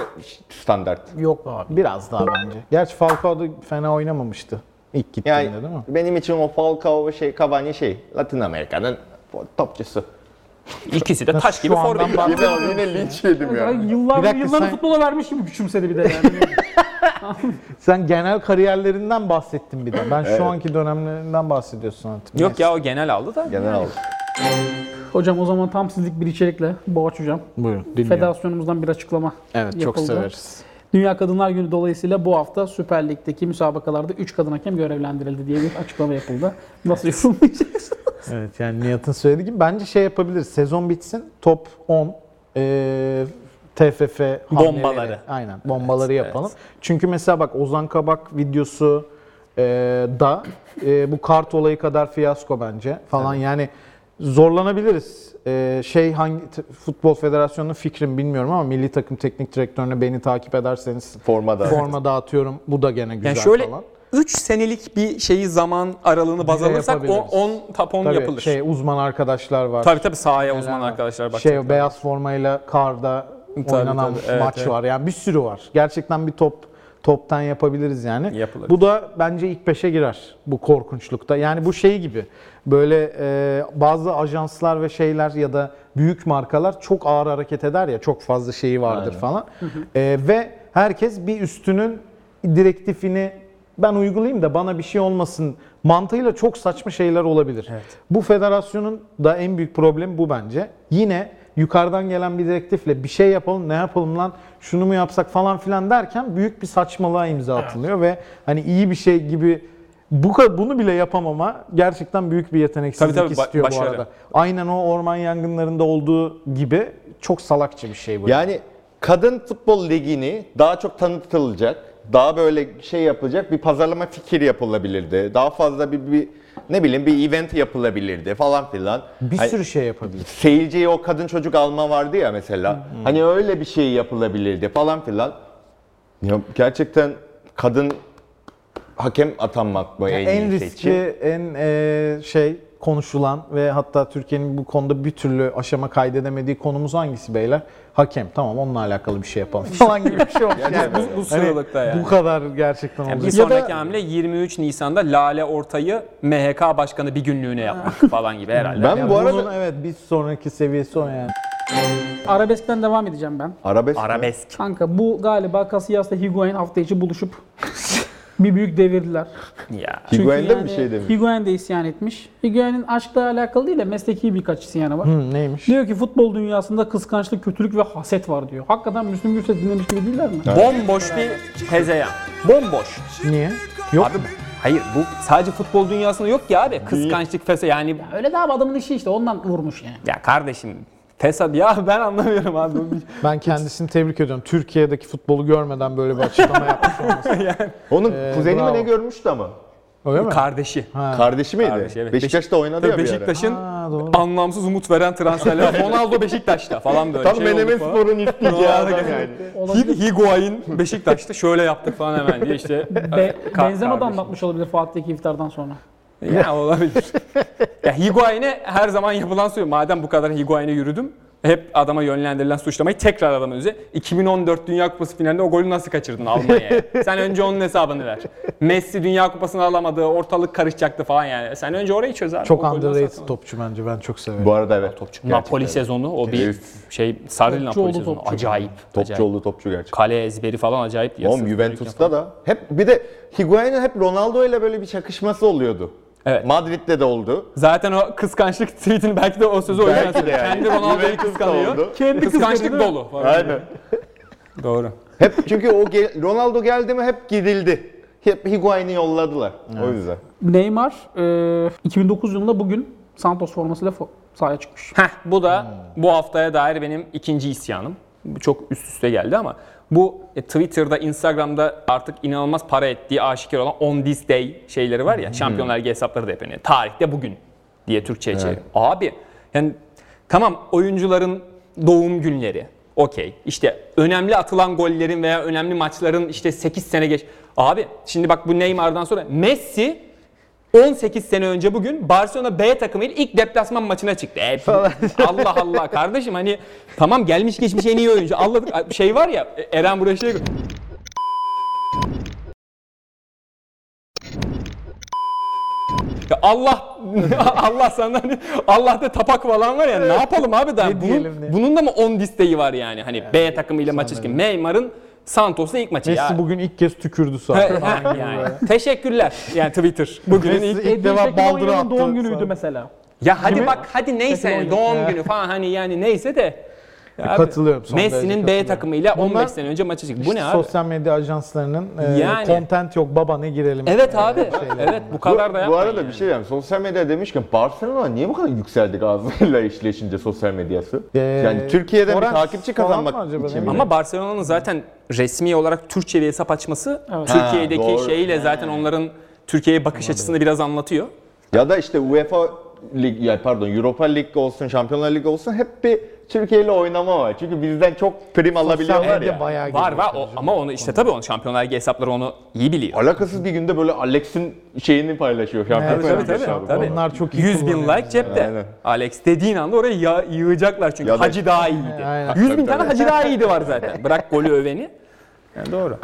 Speaker 1: standart.
Speaker 2: Yok abi. Biraz daha bence. Gerçi Falcao da fena oynamamıştı. İlk gittiğinde
Speaker 1: Yani
Speaker 2: değil mi?
Speaker 1: benim için o Falcao ve şey Cavani şey Latin Amerika'nın topçusu.
Speaker 4: ikisi de taş gibi
Speaker 2: Şu andan
Speaker 4: forvet.
Speaker 1: Yine, yine linç yedim ya.
Speaker 3: Ay,
Speaker 2: Bir
Speaker 3: Yıllar,
Speaker 2: dakika,
Speaker 3: yıllarını
Speaker 2: sen-
Speaker 3: futbola vermiş gibi küçümsedi bir de yani.
Speaker 2: Sen genel kariyerlerinden bahsettin bir de. Ben şu anki dönemlerinden bahsediyorsun artık.
Speaker 4: Yok ya o genel aldı da.
Speaker 1: Genel aldı.
Speaker 3: *laughs* hocam o zaman tam sizlik bir içerikle Boğaç hocam.
Speaker 2: Buyurun dinliyorum.
Speaker 3: Federasyonumuzdan bir açıklama
Speaker 2: Evet çok
Speaker 3: yapıldı.
Speaker 2: severiz.
Speaker 3: Dünya Kadınlar Günü dolayısıyla bu hafta Süper Lig'deki müsabakalarda 3 kadın hakem görevlendirildi diye bir açıklama yapıldı. Nasıl yorumlayacağız?
Speaker 2: Evet yani Nihat'ın söylediği gibi bence şey yapabiliriz. Sezon bitsin top e, 10 eee, TFF hamleleri-
Speaker 4: Bombaları.
Speaker 2: Aynen bombaları yapalım. Çünkü mesela bak Ozan Kabak videosu eee, da eee, bu kart olayı kadar fiyasko bence falan yani zorlanabiliriz. Eee, şey hangi t- futbol federasyonunun fikrim bilmiyorum ama milli takım teknik direktörüne beni takip ederseniz
Speaker 1: Forma da.
Speaker 2: forma dağıtıyorum. Bu da gene güzel
Speaker 4: Yani şöyle
Speaker 2: falan.
Speaker 4: 3 senelik bir şeyi zaman aralığını baz
Speaker 2: Bize
Speaker 4: alırsak
Speaker 2: yapabiliriz.
Speaker 4: 10 top 10
Speaker 2: Tabii
Speaker 4: yapılır.
Speaker 2: şey uzman arkadaşlar var.
Speaker 4: tabii tabii sahaya uzman
Speaker 2: Neler var?
Speaker 4: arkadaşlar bakacak.
Speaker 2: Şey beyaz formayla karda
Speaker 4: Tabii,
Speaker 2: oynanan
Speaker 4: tabii. Evet,
Speaker 2: maç
Speaker 4: evet.
Speaker 2: var. Yani bir sürü var. Gerçekten bir top toptan yapabiliriz yani.
Speaker 4: Yapılır.
Speaker 2: Bu da bence ilk beşe girer bu korkunçlukta. Yani bu şey gibi böyle e, bazı ajanslar ve şeyler ya da büyük markalar çok ağır hareket eder ya çok fazla şeyi vardır falan. E, ve herkes bir üstünün direktifini ben uygulayayım da bana bir şey olmasın mantığıyla çok saçma şeyler olabilir. Bu federasyonun da en büyük problemi bu bence. Yine yukarıdan gelen bir direktifle bir şey yapalım ne yapalım lan şunu mu yapsak falan filan derken büyük bir saçmalığa imza atılıyor ve hani iyi bir şey gibi bu ka- bunu bile yapamama gerçekten büyük bir yeteneksizlik
Speaker 4: Tabii, tabii, ba-
Speaker 2: istiyor
Speaker 4: başarı.
Speaker 2: bu arada. Aynen o orman yangınlarında olduğu gibi çok salakça bir şey bu.
Speaker 1: Yani kadın futbol ligini daha çok tanıtılacak, daha böyle şey yapılacak bir pazarlama fikri yapılabilirdi. Daha fazla bir, bir ne bileyim bir event yapılabilirdi falan filan.
Speaker 2: bir
Speaker 1: Hani
Speaker 2: sürü şey yapabilir.
Speaker 1: seyirciye o kadın çocuk alma vardı ya mesela.
Speaker 2: Hmm.
Speaker 1: Hani öyle bir şey yapılabilirdi falan filan. Ya gerçekten kadın hakem atanmak bu en,
Speaker 2: En
Speaker 1: iyi
Speaker 2: riskli,
Speaker 1: seçim.
Speaker 2: en e, şey konuşulan ve hatta Türkiye'nin bu konuda bir türlü aşama kaydedemediği konumuz hangisi beyler? Hakem. Tamam onunla alakalı bir şey yapalım. *laughs* Falan gibi bir şey olmuş yani.
Speaker 4: bu, bu sıralıkta yani.
Speaker 2: Bu kadar gerçekten
Speaker 4: Yani
Speaker 2: olacak.
Speaker 4: bir
Speaker 3: Ya da-
Speaker 4: sonraki hamle 23 Nisan'da Lale Ortay'ı MHK Başkanı bir günlüğüne yapmak falan gibi herhalde.
Speaker 1: Ben
Speaker 2: Yani
Speaker 1: bu
Speaker 2: bunun
Speaker 1: arada
Speaker 2: evet bir sonraki seviyesi o yani.
Speaker 3: *laughs* Arabesk'ten devam edeceğim ben.
Speaker 1: arabesk. mi?
Speaker 4: Arabesk.
Speaker 3: Kanka bu galiba Casillas'la Higuain hafta içi buluşup *laughs* bir büyük devirdiler.
Speaker 4: Ya.
Speaker 3: Çünkü
Speaker 1: Higuain'de mi bir şey demiş?
Speaker 3: Higuain de isyan etmiş. Higuain'in aşkla alakalı değil de mesleki birkaç isyanı var.
Speaker 2: Hı, neymiş?
Speaker 3: Diyor ki futbol dünyasında kıskançlık, kötülük ve haset var diyor. Hakikaten Müslüm Gürses dinlemiş gibi değiller mi?
Speaker 4: Bomboş bir hezeyan. Bomboş.
Speaker 2: Niye? Yok
Speaker 4: Abi hayır bu sadece futbol dünyasında yok ki abi. Kıskançlık fese yani
Speaker 3: Öyle de abi adamın işi işte ondan vurmuş yani.
Speaker 4: ya kardeşim fesat ya ben anlamıyorum abi.
Speaker 2: *laughs*
Speaker 4: Bu bir-
Speaker 2: Ben kendisini tebrik ediyorum. Türkiye'deki futbolu görmeden böyle bir açıklama yapmış olması.
Speaker 1: Onun kuzeni
Speaker 2: Ee, bravo.
Speaker 1: mi ne görmüştü ama?
Speaker 2: Öyle mi?
Speaker 4: Kardeşi.
Speaker 1: Kardeşi miydi?
Speaker 4: Kardeşi, evet.
Speaker 1: Beşiktaş'ta oynadı ya bir ara.
Speaker 4: Beşiktaş'ın
Speaker 2: Ha, doğru.
Speaker 4: anlamsız umut veren transferler. Ronaldo Beşiktaş'ta falan böyle
Speaker 1: Tam
Speaker 4: şey
Speaker 1: Menemen
Speaker 4: oldu falan.
Speaker 1: Spor'un
Speaker 4: *laughs*
Speaker 1: isteyeceği adam yani.
Speaker 3: Olabilir.
Speaker 4: Hi- Higuain Beşiktaş'ta şöyle yaptık falan hemen diye işte.
Speaker 3: Be-
Speaker 4: Ka-
Speaker 3: Benzema da
Speaker 4: kardeşim.
Speaker 3: anlatmış olabilir Fatih'teki iftardan sonra.
Speaker 4: Ya olabilir. ya Higuain'e her zaman yapılan suyu. Madem bu kadar Higuain'e yürüdüm. Hep adama yönlendirilen suçlamayı tekrar adama üze. 2014 Dünya Kupası finalinde o golü nasıl kaçırdın Almanya'ya? Sen önce onun hesabını ver. Messi Dünya Kupası'nı alamadı, ortalık karışacaktı falan yani. Sen önce orayı çöz abi.
Speaker 2: Çok
Speaker 4: O golü nasıl
Speaker 2: underrated
Speaker 4: atamadın?
Speaker 2: topçu bence. Ben çok severim.
Speaker 1: Bu arada evet. Topçu.
Speaker 4: Napoli sezonu o bir şey sarı
Speaker 3: Topçu
Speaker 4: Napoli
Speaker 3: oldu
Speaker 4: sezonu.
Speaker 3: topçu.
Speaker 4: Acayip.
Speaker 1: Topçu
Speaker 4: acayip.
Speaker 1: oldu topçu gerçekten.
Speaker 4: Kale ezberi falan acayip.
Speaker 1: Oğlum
Speaker 4: Yasın-
Speaker 1: Juventus'ta da hep bir de Higuain'in hep Ronaldo ile böyle bir çakışması oluyordu.
Speaker 4: Evet.
Speaker 1: Madrid'de de oldu.
Speaker 4: Zaten o kıskançlık tweetini belki de o sözü o yüzden
Speaker 1: Belki de
Speaker 4: söylüyor.
Speaker 1: yani.
Speaker 4: Kendi Ronaldo'yu
Speaker 1: Juventus'ta
Speaker 4: kıskanıyor.
Speaker 1: oldu.
Speaker 3: Kendi
Speaker 4: Kıskançlık dolu.
Speaker 1: Aynen.
Speaker 4: Doğru.
Speaker 1: Hep çünkü o gel- Ronaldo geldi mi hep gidildi. Hep Higuain'i yolladılar. O yüzden.
Speaker 3: Neymar e, 2009 yılında bugün Santos formasıyla fo- sahaya çıkmış.
Speaker 4: Heh, bu da bu haftaya dair benim ikinci isyanım. Bu çok üst üste geldi ama bu e, Twitter'da, Instagram'da artık inanılmaz para ettiği aşikar olan on this day şeyleri var ya. Şampiyonlar Ligi hesapları da hep yani. Tarihte bugün diye Türkçe'ye çevir. Abi yani tamam oyuncuların doğum günleri. Okey. İşte önemli atılan gollerin veya önemli maçların işte 8 sene geç. Abi şimdi bak bu Neymar'dan sonra Messi 18 sene önce bugün Barcelona B takımıyla ilk deplasman maçına çıktı. E, *laughs* Allah Allah kardeşim hani tamam gelmiş geçmiş en iyi oyuncu. Anladık şey var ya Eren buraya şey Ya Allah *laughs* Allah sana hani Allah'ta tapak falan var ya ne yapalım abi daha
Speaker 2: Ne diyelim,
Speaker 4: bunun,
Speaker 2: ne?
Speaker 4: bunun da mı 10 listeyi var yani hani B takımıyla maça çıktı. Neymar'ın Santos'la ilk maçı
Speaker 2: Messi
Speaker 4: ya.
Speaker 2: bugün ilk kez tükürdü
Speaker 4: *laughs*
Speaker 2: *laughs*
Speaker 4: He, *laughs*
Speaker 2: sahaya.
Speaker 4: he, yani. Teşekkürler. Yani Twitter. Bugünün
Speaker 2: Messi
Speaker 4: ilk...
Speaker 2: ilk
Speaker 3: Edwin
Speaker 2: defa
Speaker 3: Zeki'nin
Speaker 2: baldırı
Speaker 3: oyunun
Speaker 2: attı.
Speaker 3: doğum günüydü
Speaker 2: Sağ-
Speaker 3: mesela.
Speaker 4: Ya hadi bak hadi neyse
Speaker 2: Messi
Speaker 4: yani,
Speaker 2: oynuyor.
Speaker 4: doğum
Speaker 2: He.
Speaker 4: günü falan hani yani neyse de. Ya abi,
Speaker 2: E, Katılıyorum, son derece
Speaker 4: Messi'nin B
Speaker 2: katılıyorum.
Speaker 4: takımıyla 15
Speaker 2: Bunlar-
Speaker 4: sene önce maça çıktı. Bu ne abi?
Speaker 2: Sosyal medya ajanslarının e,
Speaker 4: Yani.
Speaker 2: content yok baba ne girelim.
Speaker 4: Evet
Speaker 2: e, *laughs*
Speaker 4: abi.
Speaker 2: şeyleri.
Speaker 4: Evet bu
Speaker 1: bu,
Speaker 4: kadar da
Speaker 1: bu
Speaker 4: yapmayın
Speaker 1: arada
Speaker 4: yani.
Speaker 1: bir şey diyeyim. Sosyal medya demişken Barcelona niye bu kadar yükseldi Galatasaray'la işleşince sosyal medyası?
Speaker 2: Ee,
Speaker 1: yani Türkiye'den bir
Speaker 2: Torrent
Speaker 1: takipçi
Speaker 2: falan mı
Speaker 1: kazanmak
Speaker 2: acaba,
Speaker 1: için
Speaker 2: ne
Speaker 1: mi?
Speaker 4: Ama Barcelona'nın zaten resmi olarak Türkçe bir hesap açması
Speaker 3: Evet.
Speaker 4: Türkiye'deki
Speaker 1: Ha, doğru.
Speaker 4: şeyiyle zaten onların Türkiye'ye bakış açısını biraz anlatıyor.
Speaker 1: Ya da işte UEFA Lig, ya pardon Europa Lig olsun, Şampiyonlar Ligi olsun hep bir Türkiye ile oynama var. Çünkü bizden çok prim alabiliyorlar
Speaker 2: medya
Speaker 1: ya.
Speaker 2: bayağı
Speaker 4: Var
Speaker 2: geliyor
Speaker 4: var
Speaker 2: tabii
Speaker 4: o,
Speaker 2: canım.
Speaker 4: ama onu işte tabii onu Şampiyonlar Ligi hesapları onu iyi biliyor.
Speaker 1: Alakasız bir günde böyle Alex'in şeyini paylaşıyor. Şampiyonlar
Speaker 2: tabii,
Speaker 1: Ligi
Speaker 4: tabii,
Speaker 1: hesabı
Speaker 4: tabii.
Speaker 1: falan.
Speaker 2: Onlar çok iyi
Speaker 4: 100 bin
Speaker 2: kullanıyor.
Speaker 4: like cepte.
Speaker 1: Aynen.
Speaker 4: Alex dediğin anda oraya ya- yığacaklar çünkü
Speaker 1: Ya da-
Speaker 4: Hacı daha iyiydi.
Speaker 2: Aynen.
Speaker 4: 100 bin
Speaker 1: Tabii,
Speaker 4: tane
Speaker 1: tabii.
Speaker 4: Hacı daha iyiydi var zaten. Bırak golü öveni. Yani doğru.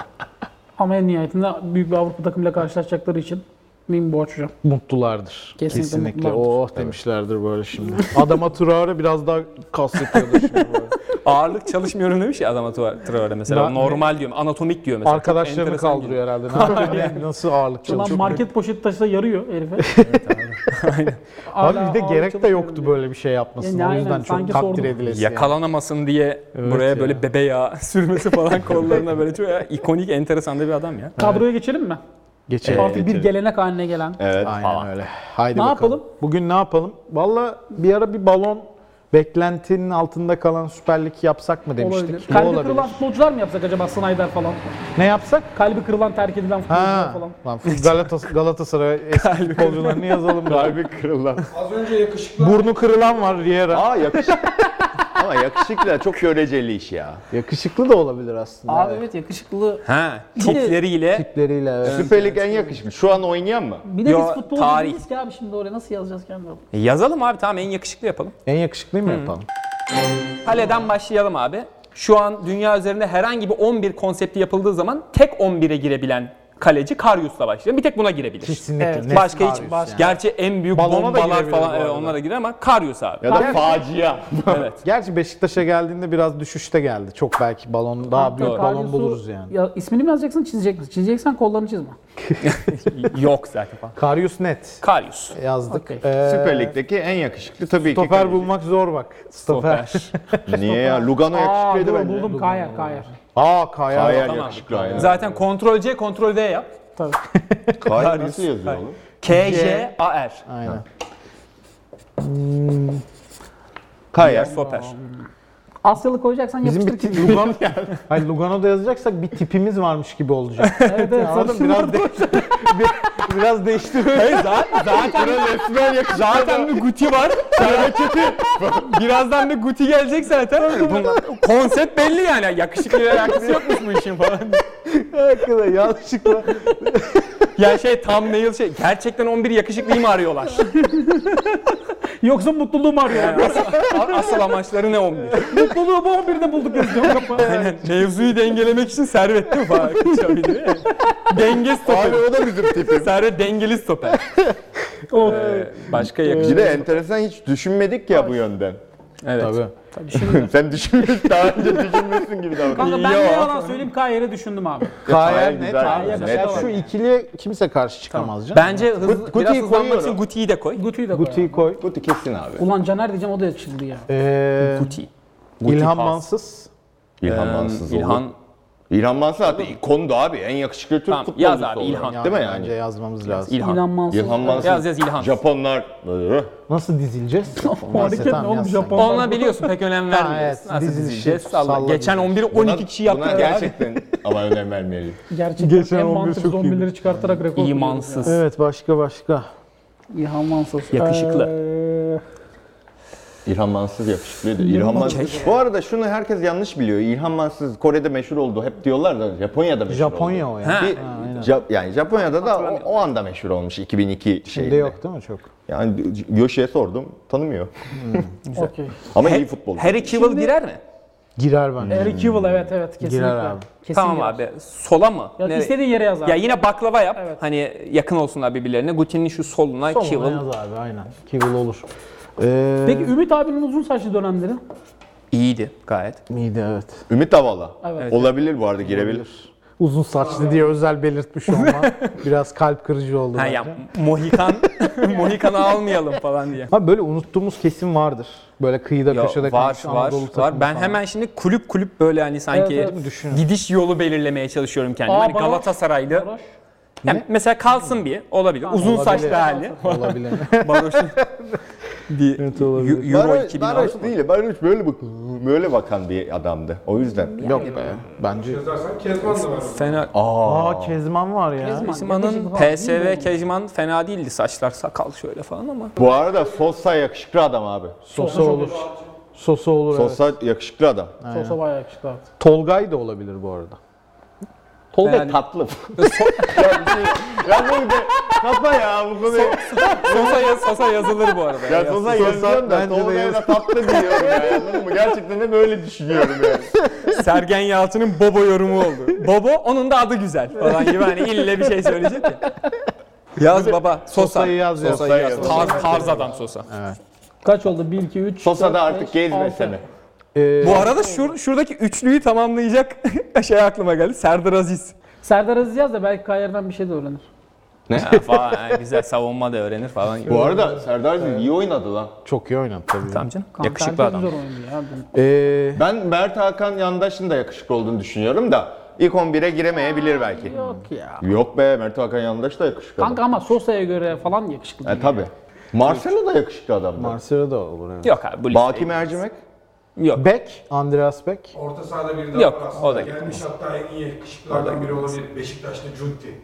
Speaker 3: Ama en nihayetinde büyük bir Avrupa takımıyla karşılaşacakları için bin borç hocam.
Speaker 2: Mutlulardır.
Speaker 3: Kesinlikle
Speaker 2: Kesinlikle.
Speaker 3: mutlulardır.
Speaker 2: Oh demişlerdir böyle şimdi. Adama Traore biraz daha kas yapıyordu şimdi *laughs* böyle.
Speaker 4: Ağırlık çalışmıyorum demiş ya adam Traore mesela.
Speaker 2: Ben-
Speaker 4: Normal diyorum, anatomik diyor mesela. Çok
Speaker 2: Arkadaşlarını
Speaker 4: enteresan
Speaker 2: kaldırıyor herhalde. Ne yapıyor, ne- nasıl ağırlık
Speaker 3: Ulan
Speaker 2: çalışıyor.
Speaker 3: market poşeti taşısa yarıyor herife. *laughs*
Speaker 2: Abi bir de
Speaker 3: Hala
Speaker 2: gerek de
Speaker 3: ağır
Speaker 2: yoktu
Speaker 3: çalışıyorum
Speaker 2: böyle bir şey yapmasın.
Speaker 3: Yani
Speaker 2: O
Speaker 3: aynen,
Speaker 2: yüzden çok
Speaker 3: sanki
Speaker 2: takdir
Speaker 3: sordum.
Speaker 2: edilesi. yani.
Speaker 4: Yakalanamazsın diye buraya
Speaker 2: ya.
Speaker 4: böyle bebe yağı *laughs* sürmesi falan kollarına böyle çok ya, ikonik enteresan da bir adam ya.
Speaker 3: diye. Kadroya geçelim mi?
Speaker 2: Geçelim.
Speaker 3: Artık bir
Speaker 1: geçelim.
Speaker 3: gelenek haline gelen.
Speaker 1: Evet.
Speaker 2: Aynen öyle. Haydi
Speaker 3: Ne
Speaker 2: bakalım.
Speaker 3: yapalım?
Speaker 2: Bugün ne yapalım? Valla bir ara bir balon beklentinin altında kalan Süper Lig yapsak mı demiştik.
Speaker 3: Olabilir.
Speaker 2: Ne
Speaker 3: Kalbi
Speaker 2: olabilir?
Speaker 3: kırılan futbolcular mı yapsak acaba Snyder falan?
Speaker 2: Ne yapsak?
Speaker 3: Kalbi kırılan terk edilen futbolcular
Speaker 2: Ha.
Speaker 3: falan.
Speaker 2: Lan Galatas- Galatasaray eski futbolcularını
Speaker 1: *laughs*
Speaker 2: yazalım.
Speaker 1: Kalbi kırılan.
Speaker 5: Az önce yakışıklı
Speaker 2: Burnu kırılan var Riera.
Speaker 1: Aa yakışık. Aa ama yakışıklı da çok göreceli iş ya.
Speaker 2: Yakışıklı da olabilir aslında.
Speaker 3: Abi
Speaker 2: evet.
Speaker 3: evet yakışıklı.
Speaker 4: Ha,
Speaker 3: Bir de-
Speaker 4: tipleriyle
Speaker 2: Tipleriyle evet.
Speaker 1: Süper Lig en yakışmış. Şu an oynayan mı?
Speaker 3: Bir de
Speaker 4: Yo,
Speaker 3: biz futbolcu
Speaker 4: tarih.
Speaker 3: değiliz ki abi şimdi oraya nasıl yazacağız kendimizi?
Speaker 4: yazalım abi tamam en yakışıklı yapalım.
Speaker 2: En yakışıklıyı mı yapalım?
Speaker 4: Kaleden başlayalım abi. Şu an dünya üzerinde herhangi bir 11 konsepti yapıldığı zaman tek 11'e girebilen kaleci Karius'la başlıyor. Bir tek buna girebilir.
Speaker 2: Kesinlikle.
Speaker 3: Evet,
Speaker 2: Net
Speaker 4: başka hiç
Speaker 2: Karius
Speaker 4: başka.
Speaker 2: yani.
Speaker 4: gerçi en büyük
Speaker 2: Balona da
Speaker 4: bombalar
Speaker 2: girebilir bu
Speaker 4: falan evet,
Speaker 2: arada.
Speaker 4: onlara girer ama Karius abi.
Speaker 1: Ya da facia.
Speaker 4: evet.
Speaker 2: Gerçi Beşiktaş'a geldiğinde biraz düşüşte geldi. Çok belki balon daha büyük
Speaker 3: Hatta
Speaker 2: balon
Speaker 3: Kalyus'u-
Speaker 2: buluruz yani.
Speaker 3: Ya ismini mi yazacaksın çizecek misin? Çizeceksen kollarını çizme.
Speaker 4: *laughs* Yok zaten falan.
Speaker 2: Karius net
Speaker 4: Karius.
Speaker 2: yazdık.
Speaker 3: Okey.
Speaker 2: Ee,
Speaker 1: *laughs* Süper Lig'deki en yakışıklı tabii ki.
Speaker 2: Stoper
Speaker 1: kaleci.
Speaker 2: bulmak zor bak. Stoper.
Speaker 4: *laughs*
Speaker 1: Niye ya? Lugano
Speaker 3: Aa
Speaker 1: yakışıklıydı
Speaker 3: dur,
Speaker 1: bence.
Speaker 3: buldum Kaya Kaya.
Speaker 2: Aa Kaya.
Speaker 1: Hayır
Speaker 4: Tamam.
Speaker 1: yakışıklı aynen.
Speaker 4: Zaten kontrol C, kontrol V yap.
Speaker 3: Tabii.
Speaker 1: Hayır nasıl yazıyor oğlum?
Speaker 4: K, J, A, R.
Speaker 2: Aynen.
Speaker 1: Kaya.
Speaker 4: *laughs* Stoper.
Speaker 3: Asyalı koyacaksan
Speaker 2: Bizim bir
Speaker 3: yapıştır ki.
Speaker 2: tip Lugano, Hayır, Lugano'da yazacaksak bir tipimiz varmış gibi olacak.
Speaker 3: Evet
Speaker 2: *laughs*
Speaker 3: evet.
Speaker 2: Anladın mı? biraz, de, bir- *laughs* biraz değiştiriyor.
Speaker 4: Hayır zaten, zaten,
Speaker 1: Kral Esmer yakışıklı.
Speaker 4: zaten bir guti var. Birazdan bir guti gelecek zaten. Bunlar- konsept belli yani. Yakışıklı bir alakası yokmuş bu işin falan.
Speaker 2: Hakikaten yanlışlıkla.
Speaker 4: Ya şey tam nail şey. Gerçekten 11 yakışıklıyı mı arıyorlar?
Speaker 3: *laughs* Yoksa mutluluğu mu arıyor?
Speaker 4: Yani asıl, a- asıl amaçları ne 11?
Speaker 3: mutluluğu bu 11'de
Speaker 2: *laughs*
Speaker 3: bulduk yazıyor.
Speaker 4: Aynen. *laughs* Mevzuyu dengelemek için servet değil mi falan? Kaçabiliyor ya. Denge stoper.
Speaker 1: Abi o da bizim tipimiz.
Speaker 4: Servet dengeli stoper.
Speaker 3: Of.
Speaker 4: Ee, başka
Speaker 1: Bir
Speaker 4: yakışıklı.
Speaker 1: de enteresan hiç düşünmedik ya bu yönden. *laughs*
Speaker 4: Evet.
Speaker 2: Tabii.
Speaker 1: Sen düşünmüş daha önce düşünmüşsün gibi davranıyorsun.
Speaker 3: Kanka ben ne yalan söyleyeyim Kayer'e düşündüm abi.
Speaker 2: Kaya
Speaker 1: Kaya
Speaker 2: net.
Speaker 1: güzel,
Speaker 2: abi.
Speaker 3: net
Speaker 4: Şey
Speaker 2: Ya
Speaker 3: var.
Speaker 2: şu ikiliye kimse karşı çıkamaz canım.
Speaker 4: Bence hız,
Speaker 1: Guti'yi
Speaker 4: biraz hızlanmak için
Speaker 1: koyuyorum.
Speaker 4: Guti'yi de koy.
Speaker 3: Gutu'yu da koy.
Speaker 2: Guti'yi koy.
Speaker 1: Guti kesin abi.
Speaker 3: Ulan Caner diyeceğim o da yakışıklı ya.
Speaker 2: Ee,
Speaker 4: Guti.
Speaker 2: İlhan
Speaker 4: pas.
Speaker 2: Mansız.
Speaker 1: İlhan
Speaker 4: Ee,
Speaker 1: Mansız olur.
Speaker 4: İlhan.
Speaker 1: İlhan Mansız zaten ikondu abi. En yakışıklı Türk
Speaker 4: Tamam,
Speaker 1: futbolcusu
Speaker 4: yaz abi,
Speaker 1: olarak.
Speaker 4: İlhan.
Speaker 1: Değil mi
Speaker 2: Bence
Speaker 1: yani?
Speaker 2: yazmamız lazım.
Speaker 4: İlhan.
Speaker 3: İlhan Mansız.
Speaker 1: İlhan Mansız.
Speaker 4: Yaz yaz İlhan. *laughs*
Speaker 1: Japonlar. *laughs*
Speaker 2: Nasıl dizileceğiz?
Speaker 3: O hareket ne oğlum Japon?
Speaker 4: Onunla biliyorsun pek önem vermiyoruz.
Speaker 2: evet,
Speaker 4: Nasıl
Speaker 2: dizilişi
Speaker 4: dizileceğiz? Salla.
Speaker 2: salla
Speaker 4: Geçen 11'i 12 kişi
Speaker 1: Buna- buna
Speaker 4: yaptı. Gerçek. *laughs*
Speaker 1: Gerçekten ama önem vermeyelim.
Speaker 3: Gerçekten
Speaker 2: Geçen
Speaker 3: en
Speaker 2: 11
Speaker 3: mantıksız
Speaker 2: çok iyi.
Speaker 3: 11'leri çıkartarak rekor kırıyoruz ya.
Speaker 4: İmansız.
Speaker 2: Evet başka başka.
Speaker 3: İlhan Mansız.
Speaker 4: Yakışıklı.
Speaker 3: Ee,
Speaker 1: İlhan Mansız yakışıklıydı. İlhan Mansız. Bu arada şunu herkes yanlış biliyor. İlhan Mansız Kore'de meşhur oldu. Hep diyorlar da Japonya'da meşhur
Speaker 2: Japonya
Speaker 1: oldu.
Speaker 2: o yani.
Speaker 1: Bir- Ja- yani Japonya'da da o, o anda meşhur olmuş 2002
Speaker 2: Şimdi
Speaker 1: şeyinde.
Speaker 2: yok değil mi çok?
Speaker 1: Yani Yoshi'ye sordum tanımıyor.
Speaker 3: Okey.
Speaker 1: Ama iyi futbolcu.
Speaker 4: Harry Kewell girer mi?
Speaker 2: Girer bence.
Speaker 3: Eric Yuval evet evet kesinlikle.
Speaker 2: Girer abi.
Speaker 3: Kesin
Speaker 4: Tamam
Speaker 3: girer.
Speaker 4: Hmm. abi. Sola mı?
Speaker 3: Ya
Speaker 4: Nereye?
Speaker 3: istediğin yere yaz abi.
Speaker 4: Ya yine baklava yap.
Speaker 3: Evet.
Speaker 4: Hani yakın olsunlar birbirlerine. Guti'nin şu soluna,
Speaker 2: Soluna
Speaker 4: Kewell.
Speaker 2: yaz abi aynen. Kivil olur. Ee,
Speaker 3: Peki Ümit abinin uzun saçlı dönemleri?
Speaker 4: İyiydi gayet.
Speaker 2: miydi evet.
Speaker 1: Ümit Davala.
Speaker 3: Evet.
Speaker 1: Olabilir bu arada girebilir.
Speaker 2: Uzun saçlı diye özel belirtmiş *laughs* olman biraz kalp kırıcı oldu
Speaker 4: Ha
Speaker 2: bence.
Speaker 4: ya Mohikan *laughs* Mohikan'ı almayalım falan diye.
Speaker 2: Abi böyle unuttuğumuz kesim vardır. Böyle kıyıda
Speaker 4: Ya
Speaker 2: köşede
Speaker 4: var
Speaker 2: kalmış
Speaker 4: var
Speaker 2: Anadolu
Speaker 4: var.
Speaker 2: takımı
Speaker 4: Ben
Speaker 2: falan.
Speaker 4: hemen şimdi kulüp kulüp böyle hani sanki
Speaker 3: Evet, evet,
Speaker 2: düşünün.
Speaker 4: gidiş yolu belirlemeye çalışıyorum kendime.
Speaker 3: Aa,
Speaker 4: hani
Speaker 3: Baroş.
Speaker 4: Galatasaraylı. Yani mesela kalsın bir olabilir. Uzun
Speaker 2: olabilir.
Speaker 4: saçlı hali. *laughs*
Speaker 2: olabilir.
Speaker 4: Baroş'un bir
Speaker 2: Evet, olabilir.
Speaker 4: Eu- Euro
Speaker 1: Barış,
Speaker 4: 2006
Speaker 1: Barış
Speaker 4: mı?
Speaker 1: değil. Barış böyle bak böyle bakan bir adamdı. O yüzden.
Speaker 2: Yok be. Bence.
Speaker 5: Yazarsan Kezban da var.
Speaker 4: Fena
Speaker 2: Aa Kezman var ya.
Speaker 3: Kezman.
Speaker 4: Kezman'ın PSV Kezman fena değildi. Saçlar sakal şöyle falan ama.
Speaker 1: Bu arada Sosa yakışıklı adam abi.
Speaker 2: Sosa olur. Sosa olur evet.
Speaker 1: Sosa yakışıklı adam.
Speaker 3: Sosa bayağı yakışıklı abi.
Speaker 2: Tolgay da olabilir bu arada.
Speaker 1: Tolga
Speaker 4: Yani-
Speaker 1: tatlı. ya, bir şey, ya bu bir- kapa ya bu konuyu.
Speaker 4: Sosa, yaz- Sosa yazılır bu arada.
Speaker 1: Ya Sosa yazıyorum da
Speaker 2: bence de
Speaker 1: Tolga'ya da
Speaker 2: yaz.
Speaker 1: tatlı diyorum ya. Anladın mı? Gerçekten de böyle düşünüyorum yani.
Speaker 4: Sergen Yalçın'ın Bobo yorumu oldu. Bobo onun da adı güzel falan gibi hani ille bir şey söyleyecek ya. Yaz baba Sosa.
Speaker 2: Sosa'yı yaz ya.
Speaker 4: Sosa'yı yaz.
Speaker 1: Sosa'yı
Speaker 4: Tarz, tarz adam Sosa.
Speaker 3: Kaç oldu? 1, 2, 3,
Speaker 1: Sosa da artık gezme seni.
Speaker 2: Ee,
Speaker 4: Bu arada şur, şuradaki üçlüyü tamamlayacak *laughs* şey aklıma geldi. Serdar Aziz.
Speaker 3: Serdar Aziz yaz da belki Kayer'den bir şey de öğrenir.
Speaker 4: Ha, falan, ha, güzel savunma da öğrenir falan.
Speaker 1: Bu arada Serdar Aziz iyi oynadı lan.
Speaker 2: çok iyi oynadı tabii.
Speaker 4: Tamam canım.
Speaker 3: Kanka,
Speaker 4: Yakışıklı
Speaker 3: herkes
Speaker 4: adam.
Speaker 3: Güzel oyuncu ya.
Speaker 2: Ee,
Speaker 1: Ben Mert Hakan Yandaş'ın da yakışıklı olduğunu düşünüyorum da ilk 11'e giremeyebilir belki.
Speaker 3: Yok ya.
Speaker 1: Yok be Mert Hakan Yandaş da
Speaker 4: Ee,
Speaker 1: yakışıklı
Speaker 3: Kanka
Speaker 1: adam.
Speaker 3: ama Sosa'ya göre falan yakışıklı.
Speaker 1: E tabi. Marcelo da yakışıklı adam.
Speaker 2: Marcelo da olur evet.
Speaker 4: Yok abi bu liste.
Speaker 1: Baki Mercimek.
Speaker 4: Yok.
Speaker 2: Beck, Andreas Beck.
Speaker 5: Orta sahada biri daha
Speaker 4: Yok,
Speaker 5: var
Speaker 4: o da
Speaker 5: aslında. Gelmiş hatta en iyi yakışıklılardan biri olabilir. Beşiktaşlı Cunti.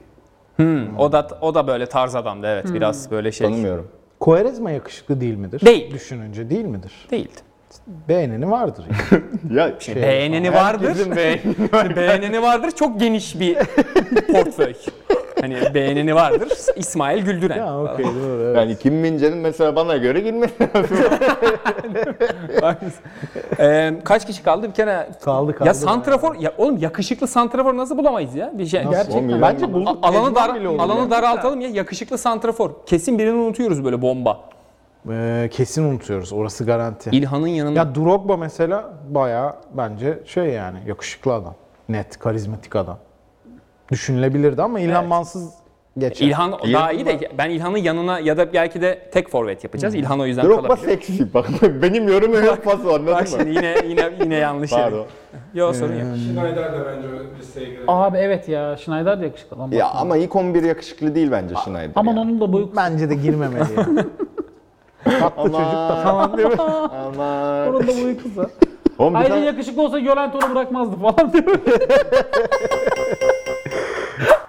Speaker 4: Hmm, o da o da böyle tarz adamdı
Speaker 2: Hmm.
Speaker 4: evet. Biraz böyle şey.
Speaker 1: Tanımıyorum.
Speaker 2: Quaresma yakışıklı değil midir?
Speaker 4: Değil.
Speaker 2: Düşününce değil midir?
Speaker 4: Değildi.
Speaker 2: Beğeneni
Speaker 4: *laughs*
Speaker 2: vardır. yani.
Speaker 1: Ya
Speaker 4: Şey- Beğeneni vardır.
Speaker 1: Ee, *laughs* herkesin beğeni var.
Speaker 4: *laughs* beğeneni vardır. Çok geniş bir portföy. Hani beğeneni vardır. İsmail Güldüren.
Speaker 2: ya okey doğru. evet.
Speaker 1: Yani Kim Mince'nin mesela bana göre girmesi lazım.
Speaker 4: *laughs* Ee, kaç kişi kaldı? Bir kere
Speaker 2: Kaldı, kaldı.
Speaker 4: Ya santrafor ya oğlum yakışıklı santrafor nasıl bulamayız ya? Bir şey.
Speaker 1: Gerçekten. Oğlum,
Speaker 2: Bence
Speaker 1: yani-
Speaker 2: bulduk.
Speaker 4: A- alanı dar
Speaker 2: Mecnun bile olur
Speaker 4: alanı
Speaker 2: yani.
Speaker 4: daraltalım ya yakışıklı santrafor. Kesin birini unutuyoruz böyle bomba.
Speaker 2: Ee, kesin unutuyoruz. Orası garanti.
Speaker 4: İlhan'ın yanında
Speaker 2: Ya Drogba mesela bayağı bence şey yani yakışıklı adam. Net, karizmatik adam. Düşünülebilirdi ama İlhan Mansız geçer.
Speaker 4: İlhan daha
Speaker 1: İlhan-
Speaker 4: iyi de ben İlhan'ın yanına ya da belki de tek forvet yapacağız. İlhan o yüzden
Speaker 1: Drogba
Speaker 4: kalabilir.
Speaker 1: seksi. Bak benim yorumum yok pas var
Speaker 4: Bak
Speaker 1: anladın
Speaker 4: şimdi şey.
Speaker 1: mı?
Speaker 4: yine yine yine yanlış
Speaker 1: Pardon.
Speaker 4: yerim. Yok sorun yok.
Speaker 5: Schneider de bence o listeye girer.
Speaker 3: Abi evet ya Schneider de yakışıklı lan.
Speaker 1: Ya
Speaker 3: bakma.
Speaker 1: ama ilk 11 yakışıklı değil bence Schneider.
Speaker 3: Aman
Speaker 1: ya.
Speaker 3: onun da boyu
Speaker 2: Bence de girmemeli yani. Tatlı çocuk da falan değil mi?
Speaker 1: Aman.
Speaker 3: Onun da boyu kısa.
Speaker 1: Oğlum bir
Speaker 3: Ayrıca
Speaker 1: tane...
Speaker 3: yakışıklı olsa Yolent onu bırakmazdı falan diyor.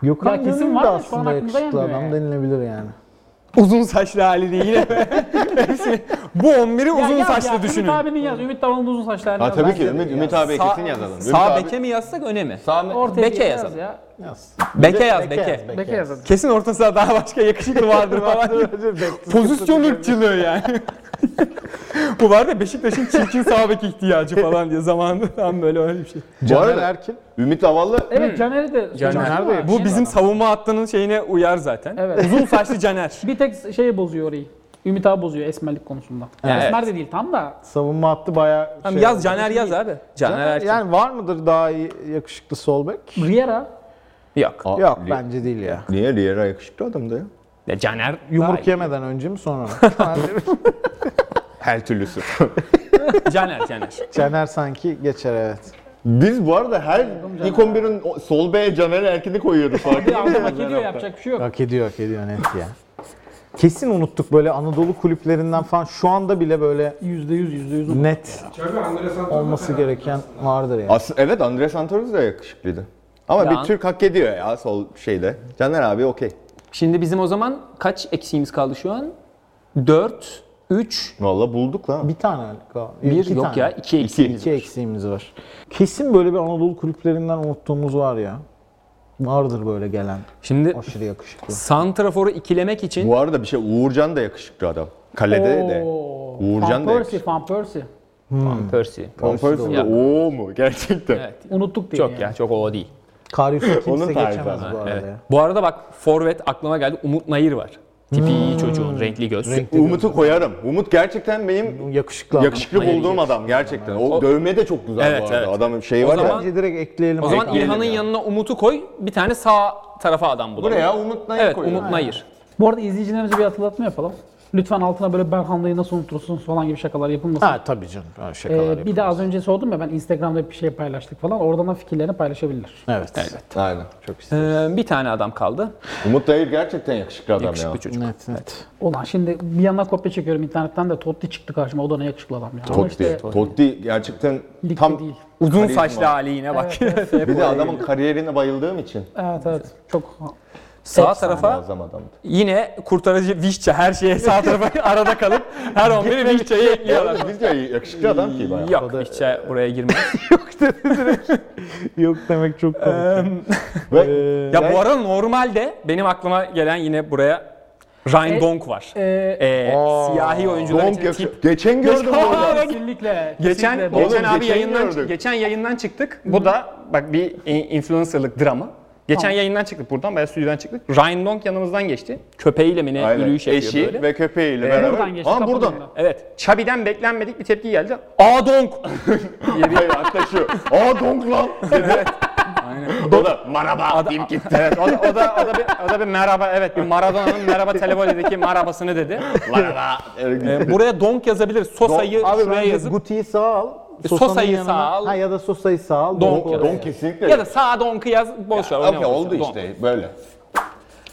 Speaker 2: Gökhan
Speaker 3: Ya kesin
Speaker 2: Gönül
Speaker 3: var
Speaker 2: de
Speaker 3: ya, şu an
Speaker 2: aslında
Speaker 3: aklımda
Speaker 2: yakışıklı
Speaker 3: gelmiyor
Speaker 2: adam
Speaker 3: yani.
Speaker 2: denilebilir yani.
Speaker 4: Uzun saçlı hali değil yine. *laughs* Hepsi- bu 11'i
Speaker 3: Ya hani
Speaker 4: uzun
Speaker 3: yaz ya,
Speaker 4: saçlı düşünün.
Speaker 3: Ümit abinin yaz. Ümit Davan'ın da uzun saçlı halini
Speaker 1: Ha
Speaker 3: yaz.
Speaker 1: tabii
Speaker 3: Bence
Speaker 1: ki Ümit, Ümit abiye
Speaker 4: Sağ-
Speaker 1: kesin yazalım. Ümit
Speaker 4: Sağ
Speaker 1: abi-
Speaker 4: beke mi yazsak öne mi?
Speaker 1: Sağ-
Speaker 3: Ortaya
Speaker 4: Beke
Speaker 3: beke yaz
Speaker 4: yazalım. Hmm.
Speaker 3: ya.
Speaker 2: Yaz.
Speaker 4: Beke yaz beke.
Speaker 2: *laughs*
Speaker 3: Beke yazalım.
Speaker 4: Kesin orta sahada daha başka yakışıklı vardır falan. Pozisyon ırkçılığı yani. *laughs* Bu var ya Beşiktaş'ın çirkin sağ bek ihtiyacı falan diye zamanında tam böyle öyle bir şey.
Speaker 1: Bu
Speaker 2: Caner
Speaker 1: arada
Speaker 2: Erkin.
Speaker 1: Ümit Havalı
Speaker 3: Evet Caner'i de
Speaker 2: Caner de-
Speaker 4: Bu bizim savunma hattının şeyine uyar zaten.
Speaker 3: Evet.
Speaker 4: Uzun saçlı Caner. *laughs*
Speaker 3: bir tek şey bozuyor orayı. Ümit abi bozuyor esmerlik konusunda. Yani
Speaker 4: Evet.
Speaker 3: Esmer de değil tam da.
Speaker 2: Savunma hattı bayağı
Speaker 4: Tamam,
Speaker 2: şey.
Speaker 4: yaz Caner yaz abi. Caner Erkin.
Speaker 2: Yani var mıdır daha iyi yakışıklı sol bek?
Speaker 3: Riera
Speaker 4: Yok.
Speaker 1: Aa,
Speaker 2: Yok
Speaker 1: Li-
Speaker 2: bence değil ya.
Speaker 1: Niye Riera yakışıklı adamdı ya?
Speaker 4: Ya Caner daha
Speaker 2: Yumruk
Speaker 4: iyi.
Speaker 2: yemeden önce mi sonra mı?
Speaker 1: Her türlüsü. *laughs*
Speaker 4: Caner Caner.
Speaker 2: Caner sanki geçer evet.
Speaker 1: Biz bu arada her ilk 11'in o- sol beye Caner Erkin'i koyuyoruz.
Speaker 3: bir anda hak ediyor yapacak bir şey yok.
Speaker 2: Hak ediyor hak ediyor net ya. Kesin unuttuk böyle Anadolu kulüplerinden falan şu anda bile böyle
Speaker 3: Yüzde yüz, yüzde yüz.
Speaker 2: net
Speaker 5: Çabi Andre Santos da
Speaker 2: olması
Speaker 5: fena.
Speaker 2: gereken vardır yani.
Speaker 1: Aslında evet Andres Santoros da yakışıklıydı. Ama
Speaker 4: Ya.
Speaker 1: bir Türk hak ediyor ya sol şeyde. Caner abi okey.
Speaker 4: Şimdi bizim o zaman kaç eksiğimiz kaldı şu an? 4, 3,
Speaker 1: Vallahi bulduk lan.
Speaker 2: Bir tane hani galiba.
Speaker 4: Bir
Speaker 2: iki
Speaker 4: yok
Speaker 2: tane.
Speaker 4: ya iki eksiğimiz
Speaker 2: İki
Speaker 4: var.
Speaker 2: eksiğimiz var. Kesin böyle bir Anadolu kulüplerinden unuttuğumuz var ya. Vardır böyle gelen
Speaker 4: Şimdi
Speaker 2: aşırı yakışıklı.
Speaker 4: santraforu ikilemek için
Speaker 1: Bu arada bir şey Uğurcan da yakışıklı adam. Kalede de.
Speaker 3: Oo.
Speaker 1: Uğurcan da
Speaker 3: Van Persie,
Speaker 1: yakışıklı.
Speaker 3: Van Persie.
Speaker 4: Percy.
Speaker 1: Van Persie de
Speaker 4: Ya.
Speaker 1: ooo mu? Gerçekten.
Speaker 4: Evet.
Speaker 3: Unuttuk diye.
Speaker 4: Çok ya çok o değil.
Speaker 2: Karyus'u
Speaker 1: Onun
Speaker 2: kimse
Speaker 1: tarzı
Speaker 2: geçemez
Speaker 1: ama,
Speaker 2: bu arada
Speaker 4: Evet.
Speaker 2: ya.
Speaker 4: Bu arada bak forvet aklıma geldi Umut Nayır var. Tipi
Speaker 1: Hmm.
Speaker 4: iyi çocuğun renkli göz.
Speaker 2: Renkli
Speaker 1: Umut'u koyarım. Umut gerçekten benim
Speaker 2: Yakışıklı adam.
Speaker 1: yakışıklı
Speaker 4: Hayır,
Speaker 1: bulduğum adam gerçekten. O dövme de çok güzel
Speaker 4: Evet,
Speaker 1: bu arada.
Speaker 4: evet.
Speaker 1: Adamın şeyi
Speaker 4: O
Speaker 1: var
Speaker 4: zaman-
Speaker 1: ya.
Speaker 2: Bence direkt ekleyelim.
Speaker 4: O zaman
Speaker 2: Ekleyelim.
Speaker 4: İlhan'ın yanına Umut'u koy bir tane sağ tarafa adam bulalım.
Speaker 1: Buraya Umut Nayır
Speaker 4: Evet
Speaker 1: koyuyorum.
Speaker 4: Umut Nayır.
Speaker 3: Bu arada izleyicilerimize bir hatırlatma yapalım. Lütfen altına böyle Berhanlı'yı nasıl unutursunuz falan gibi şakalar yapılmasın.
Speaker 2: Ha tabii canım. Ha,
Speaker 3: Ee,
Speaker 2: şakalar
Speaker 3: bir
Speaker 2: yapıyoruz.
Speaker 3: de az önce sordum ya ben Instagram'da bir şey paylaştık falan. Oradan da fikirlerini paylaşabilirler.
Speaker 2: Evet.
Speaker 1: Aynen. Çok istedim.
Speaker 4: Ee, bir tane adam kaldı.
Speaker 1: Umut Nayır gerçekten yakışıklı adam
Speaker 4: Yakışıklı
Speaker 1: ya.
Speaker 4: çocuk.
Speaker 2: Net net.
Speaker 3: Ulan şimdi bir yandan kopya çekiyorum internetten de Totti çıktı karşıma. O da ne yakışıklı adam ya. Ama
Speaker 1: Totti.
Speaker 3: işte
Speaker 1: Totti gerçekten
Speaker 3: ligde
Speaker 1: tam
Speaker 3: değil.
Speaker 4: Uzun
Speaker 1: Karizma.
Speaker 4: saçlı hali yine bak.
Speaker 1: bir de adamın kariyerine bayıldığım için
Speaker 3: Evet evet. Çok
Speaker 4: *laughs* sağ tarafa
Speaker 1: muazzam adamdı.
Speaker 4: yine kurtarıcı Vişça her şeye sağ tarafa *laughs* arada kalıp her 11'i Vişça'yı ekliyorlar.
Speaker 1: Biz de yakışıklı adam ki bayağı.
Speaker 4: Yok Vişça buraya
Speaker 1: *laughs*
Speaker 4: girmez.
Speaker 2: Yok demek çok
Speaker 3: Ee,
Speaker 2: komik.
Speaker 1: Ve
Speaker 4: Ya bu arada normalde benim aklıma gelen yine buraya Ryan
Speaker 3: E-
Speaker 4: Donk var.
Speaker 3: e,
Speaker 4: Ee, siyahi oyuncular
Speaker 1: Donk
Speaker 4: için tip.
Speaker 1: yakışıklı. Geçen gördüm
Speaker 4: Geç-
Speaker 1: orada.
Speaker 4: *laughs*
Speaker 3: kesinlikle.
Speaker 4: Geçen
Speaker 3: kesinlikle.
Speaker 1: Oğlum,
Speaker 4: geçen abi
Speaker 1: geçen
Speaker 4: yayından
Speaker 1: gördük.
Speaker 4: geçen yayından çıktık. Bu da bak bir in- influencerlık dramı. Geçen
Speaker 3: Tamam.
Speaker 4: yayından çıktık buradan bayağı stüdyodan çıktık. Ryan Donk yanımızdan geçti. Köpeğiyle mi ne
Speaker 1: Aynen.
Speaker 4: yürüyüş yapıyor
Speaker 1: Eşi
Speaker 4: böyle.
Speaker 1: ve köpeğiyle beraber.
Speaker 3: Buradan geçti.
Speaker 1: Aa, Ee, buradan.
Speaker 3: kapıdan da.
Speaker 4: Evet. Chubby'den beklenmedik bir tepki geldi. Aa Donk! diye bir-
Speaker 1: Hayır hatta şu. Aa donk lan. Evet. Aynen. O da
Speaker 4: Ada-
Speaker 1: merhaba deyip gitti.
Speaker 4: evet, o da, o da, o da, bir, o da bir merhaba, evet bir Maradona'nın merhaba Televole'deki merhabasını dedi.
Speaker 1: Merhaba. Evet, gitti.
Speaker 4: Ee, buraya donk yazabiliriz. Sosa'yı
Speaker 2: Abi
Speaker 4: şuraya
Speaker 2: bence
Speaker 4: yazıp
Speaker 2: Guti'yi sağ al.
Speaker 4: E,
Speaker 2: Sosa'nın
Speaker 4: Sosa'yı
Speaker 2: yanına-
Speaker 4: sağ al.
Speaker 2: Ha, ya da Sosa'yı sağ al. Donk
Speaker 4: Donk
Speaker 1: Donk
Speaker 2: oraya.
Speaker 1: kesinlikle.
Speaker 4: ya da sağa donku yaz boş ver. o ne
Speaker 1: Okey,
Speaker 4: olacak?
Speaker 1: oldu
Speaker 4: Donk.
Speaker 1: işte böyle.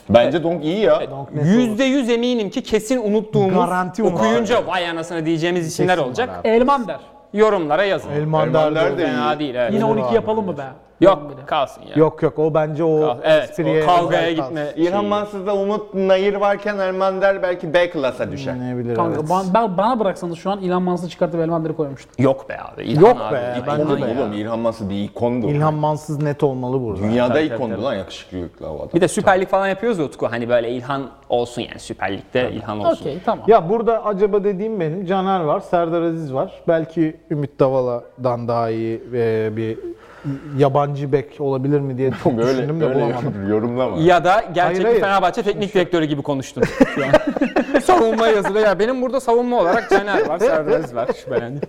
Speaker 1: Bence donk iyi ya.
Speaker 4: Yüzde yüz eminim ki kesin unuttuğumuz,
Speaker 2: Garanti unuttum.
Speaker 4: okuyunca vay anasına diyeceğimiz isimler
Speaker 2: Kesin
Speaker 4: olacak.
Speaker 2: var abi.
Speaker 3: Elman der.
Speaker 4: Yorumlara yazın.
Speaker 2: Elman
Speaker 1: Elman
Speaker 2: Derdi.
Speaker 1: Derdi.
Speaker 4: Fena değil evet.
Speaker 3: Yine
Speaker 2: Olur
Speaker 3: 12
Speaker 2: abi.
Speaker 3: yapalım mı be? Bakmadım
Speaker 4: Yok
Speaker 3: bile.
Speaker 4: kalsın ya.
Speaker 2: Yok yok o bence o
Speaker 4: Kal- Ah, evet, o
Speaker 2: espriye
Speaker 4: kavgaya
Speaker 2: özel
Speaker 4: gitme.
Speaker 1: İlhan Mansız'da Umut Nayır varken Erman Der belki B klasa düşer.
Speaker 2: kalsın. Ne bilir
Speaker 3: Kanka
Speaker 2: evet.
Speaker 3: ba- ben, bana bıraksanız şu an İlhan Mans'ı çıkartıp Elmander'i koymuştum.
Speaker 4: Yok be abi. İlhan
Speaker 2: Yok
Speaker 4: abi,
Speaker 2: be,
Speaker 4: İlhan
Speaker 2: bence
Speaker 1: Oğlum,
Speaker 2: de ya.
Speaker 4: ya.
Speaker 1: oğlum İlhan Mansız bir ikondu.
Speaker 2: İlhan Mansız net olmalı burada.
Speaker 1: Dünyada
Speaker 4: Tabii,
Speaker 1: ikondu
Speaker 4: tabii,
Speaker 1: lan yakışıklılıkla o adam.
Speaker 4: Bir de Süper Lig falan yapıyoruz ya Utku. Hani böyle İlhan olsun yani Süper Lig'de İlhan olsun.
Speaker 3: Okey tamam.
Speaker 2: Ya burada acaba dediğim benim Caner var, Serdar Aziz var. Belki Ümit Davala'dan daha iyi e, bir yabancı bek olabilir
Speaker 1: *laughs*
Speaker 2: mi diye çok
Speaker 1: böyle
Speaker 2: düşündüm de
Speaker 1: böyle *laughs*
Speaker 2: bulamadım.
Speaker 1: yorumlama.
Speaker 4: Ya da gerçek bir
Speaker 2: Hayır, hayır.
Speaker 4: Fenerbahçe teknik direktörü gibi konuştun. şu an. *laughs* savunma yazılı ya. Benim burada savunma olarak Caner var, Serdar Aziz var. Şüphelendi.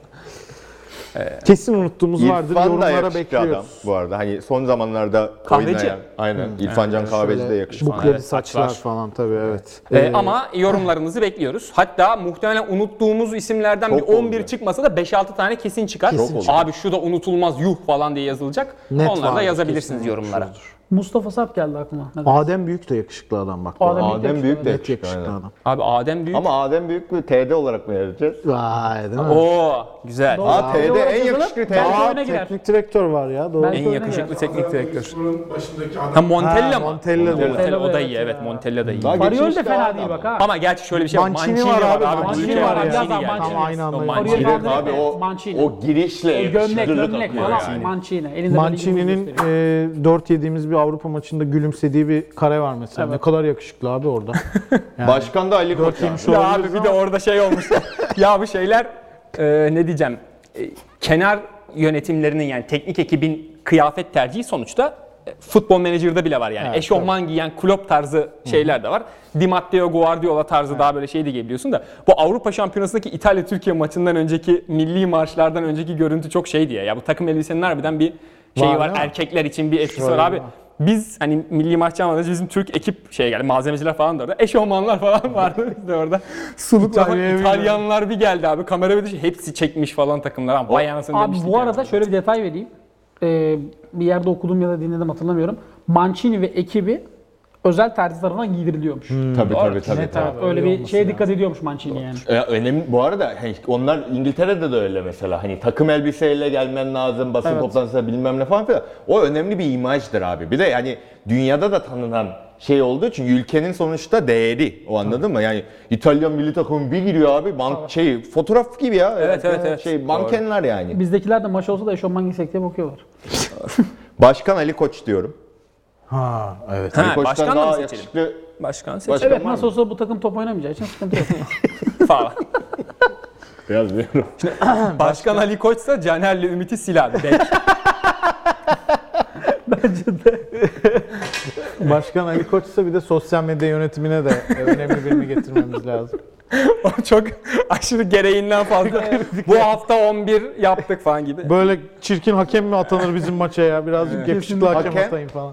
Speaker 2: Kesin unuttuğumuz vardır.
Speaker 1: İrfan da
Speaker 2: Yorumlara
Speaker 1: yakışıklı adam
Speaker 2: bekliyoruz.
Speaker 1: bu arada. Hani son zamanlarda
Speaker 4: Kahveci.
Speaker 1: oynayan- Aynen. İrfan Can Kahveci de yakışıklı.
Speaker 2: Bukleri
Speaker 4: Evet,
Speaker 2: saçlar
Speaker 4: saçlar.
Speaker 2: falan tabii evet.
Speaker 4: Ee,
Speaker 2: Ee,
Speaker 4: ama yorumlarınızı bekliyoruz. Hatta muhtemelen unuttuğumuz isimlerden
Speaker 1: Çok
Speaker 4: bir 11
Speaker 1: olacak.
Speaker 4: çıkmasa da 5-6 tane kesin çıkar.
Speaker 2: Kesin
Speaker 1: çıkar.
Speaker 4: Abi şu da unutulmaz yuh falan diye yazılacak.
Speaker 2: Net
Speaker 4: Onları da
Speaker 2: vardır,
Speaker 4: yazabilirsiniz
Speaker 2: kesin
Speaker 4: yorumlara.
Speaker 3: Mustafa Sap geldi aklıma. Ne-
Speaker 2: Adem Büyük de yakışıklı adam bak.
Speaker 3: Adem
Speaker 2: Adem
Speaker 3: Büyük
Speaker 1: Adem Büyük de
Speaker 2: net
Speaker 1: yakışıklı.
Speaker 2: yakışıklı
Speaker 1: aynen.
Speaker 2: adam.
Speaker 4: Abi Adem Büyük.
Speaker 1: Ama Adem Büyük mü TD olarak mı vereceğiz?
Speaker 2: Vay değil mi?
Speaker 4: Oo güzel.
Speaker 1: Aa TD en yakışıklı TD.
Speaker 3: Aa,
Speaker 2: Aa,
Speaker 3: oyuna girer.
Speaker 2: teknik direktör var ya doğru.
Speaker 3: Ben-
Speaker 4: En yakışıklı teknik direktör.
Speaker 5: Bunun başındaki
Speaker 4: Ha
Speaker 5: adam.
Speaker 4: Montella
Speaker 2: Ha,
Speaker 4: mı?
Speaker 2: Montella diyor.
Speaker 4: Montella o da iyi
Speaker 3: Evet
Speaker 4: evet
Speaker 3: ya.
Speaker 4: Montella da iyi.
Speaker 1: Daha
Speaker 3: Fariol
Speaker 1: geçmişte
Speaker 3: de fena
Speaker 1: adam
Speaker 3: değil bak
Speaker 1: ama.
Speaker 3: ha.
Speaker 4: Ama gerçi şöyle bir şey
Speaker 2: Mancini
Speaker 4: Mancini
Speaker 2: var abi,
Speaker 4: abi.
Speaker 2: Mancini
Speaker 4: Mancini
Speaker 2: var
Speaker 4: var.
Speaker 2: ya.
Speaker 4: Mancini
Speaker 3: Tam
Speaker 4: geldi.
Speaker 2: aynı anda.
Speaker 4: O
Speaker 3: Fariol
Speaker 4: Mancini.
Speaker 3: Mancini.
Speaker 1: Abi o,
Speaker 3: Mancini.
Speaker 1: o girişle
Speaker 3: Gömlek,
Speaker 1: yakışıklılık
Speaker 3: gömlek
Speaker 1: akıyor
Speaker 3: falan.
Speaker 1: yani.
Speaker 3: Mancini. Elinde böyle
Speaker 2: Mancini'nin
Speaker 3: yumruk gösteriyor.
Speaker 2: e, 4 yediğimiz bir Avrupa maçında gülümsediği bir kare var mesela. Ne kadar yakışıklı abi
Speaker 3: *laughs*
Speaker 2: orada.
Speaker 1: Başkan da Ali Koç. yani.
Speaker 4: Ya abi bir de orada
Speaker 2: *laughs*
Speaker 4: şey olmuş. ya bu şeyler e, ne diyeceğim? E, kenar yönetimlerinin yani teknik ekibin kıyafet tercihi sonuçta e, futbol menajerde bile var yani.
Speaker 2: Evet,
Speaker 4: Eşofman giyen Klopp tarzı şeyler de var. Di Matteo Guardiola tarzı daha böyle şey de giyebiliyorsun da bu Avrupa Şampiyonası'ndaki İtalya Türkiye maçından önceki milli marşlardan önceki görüntü çok şey diye. Ya bu takım elbisenin harbiden bir şeyi
Speaker 2: Var,
Speaker 4: var.
Speaker 2: değil mi?
Speaker 4: Erkekler için bir etkisi
Speaker 2: Şöyle
Speaker 4: var abi.
Speaker 2: var.
Speaker 4: Biz hani milli maç yapmadan bizim Türk ekip şeye geldi. Malzemeciler falan da orada. Eşofmanlar falan *laughs* vardı biz de orada. Suluk zaman
Speaker 2: İtalya'ya bir-
Speaker 4: İtalyanlar bir geldi abi. Kamera bir düştü. Hepsi çekmiş falan takımlar. Abi, Vay anasını
Speaker 3: Abi
Speaker 4: demiştik
Speaker 3: bu
Speaker 4: ya.
Speaker 3: arada şöyle bir detay vereyim. Ee, bir yerde okudum ya da dinledim hatırlamıyorum. Mancini ve ekibi özel tercih tarafından giydiriliyormuş.
Speaker 1: Tabii tabii tabii.
Speaker 2: Net abi,
Speaker 3: Öyle
Speaker 2: öyle
Speaker 3: bir
Speaker 2: olması
Speaker 3: şeye
Speaker 2: lazım.
Speaker 3: dikkat ediyormuş Mancini yani.
Speaker 1: E, önemli bu arada hey, onlar İngiltere'de de öyle mesela hani takım elbiseyle gelmen lazım basın toplantısına bilmem ne falan filan. O önemli bir imajdır abi. Bir de yani dünyada da tanınan şey olduğu için ülkenin sonuçta değeri o anladın mı? Yani İtalyan milli takımı bir giriyor abi man- şey fotoğraf gibi ya.
Speaker 4: Evet, evet, evet.
Speaker 1: Şey mankenler yani.
Speaker 3: Bizdekiler de maç olsa da eşofman giysek diye bakıyorlar.
Speaker 1: Başkan Ali Koç diyorum.
Speaker 2: ha evet.
Speaker 4: Ha,
Speaker 1: Ali Koç'tan
Speaker 4: başkan da mı
Speaker 1: daha
Speaker 4: seçelim?
Speaker 1: yakışıklı
Speaker 4: Başkan seçelim
Speaker 1: başkan
Speaker 3: Evet
Speaker 1: var mı?
Speaker 3: nasıl olsa bu takım top oynamayacağı için
Speaker 2: *laughs*
Speaker 3: sıkıntı yok.
Speaker 4: falan.
Speaker 1: Biraz diyorum.
Speaker 4: başkan Ali Koç'sa Caner'le Ümit'i sil abi. Bek.
Speaker 2: Başkan Ali Koç ise bir de sosyal medya yönetimine de e, önemli birini getirmemiz lazım.
Speaker 4: O çok *laughs* aşırı gereğinden fazla. bu hafta 11 yaptık falan gibi.
Speaker 2: Böyle çirkin hakem mi atanır bizim maça ya? Birazcık yakışıklı hakem,
Speaker 1: Hakem.
Speaker 2: atayın falan.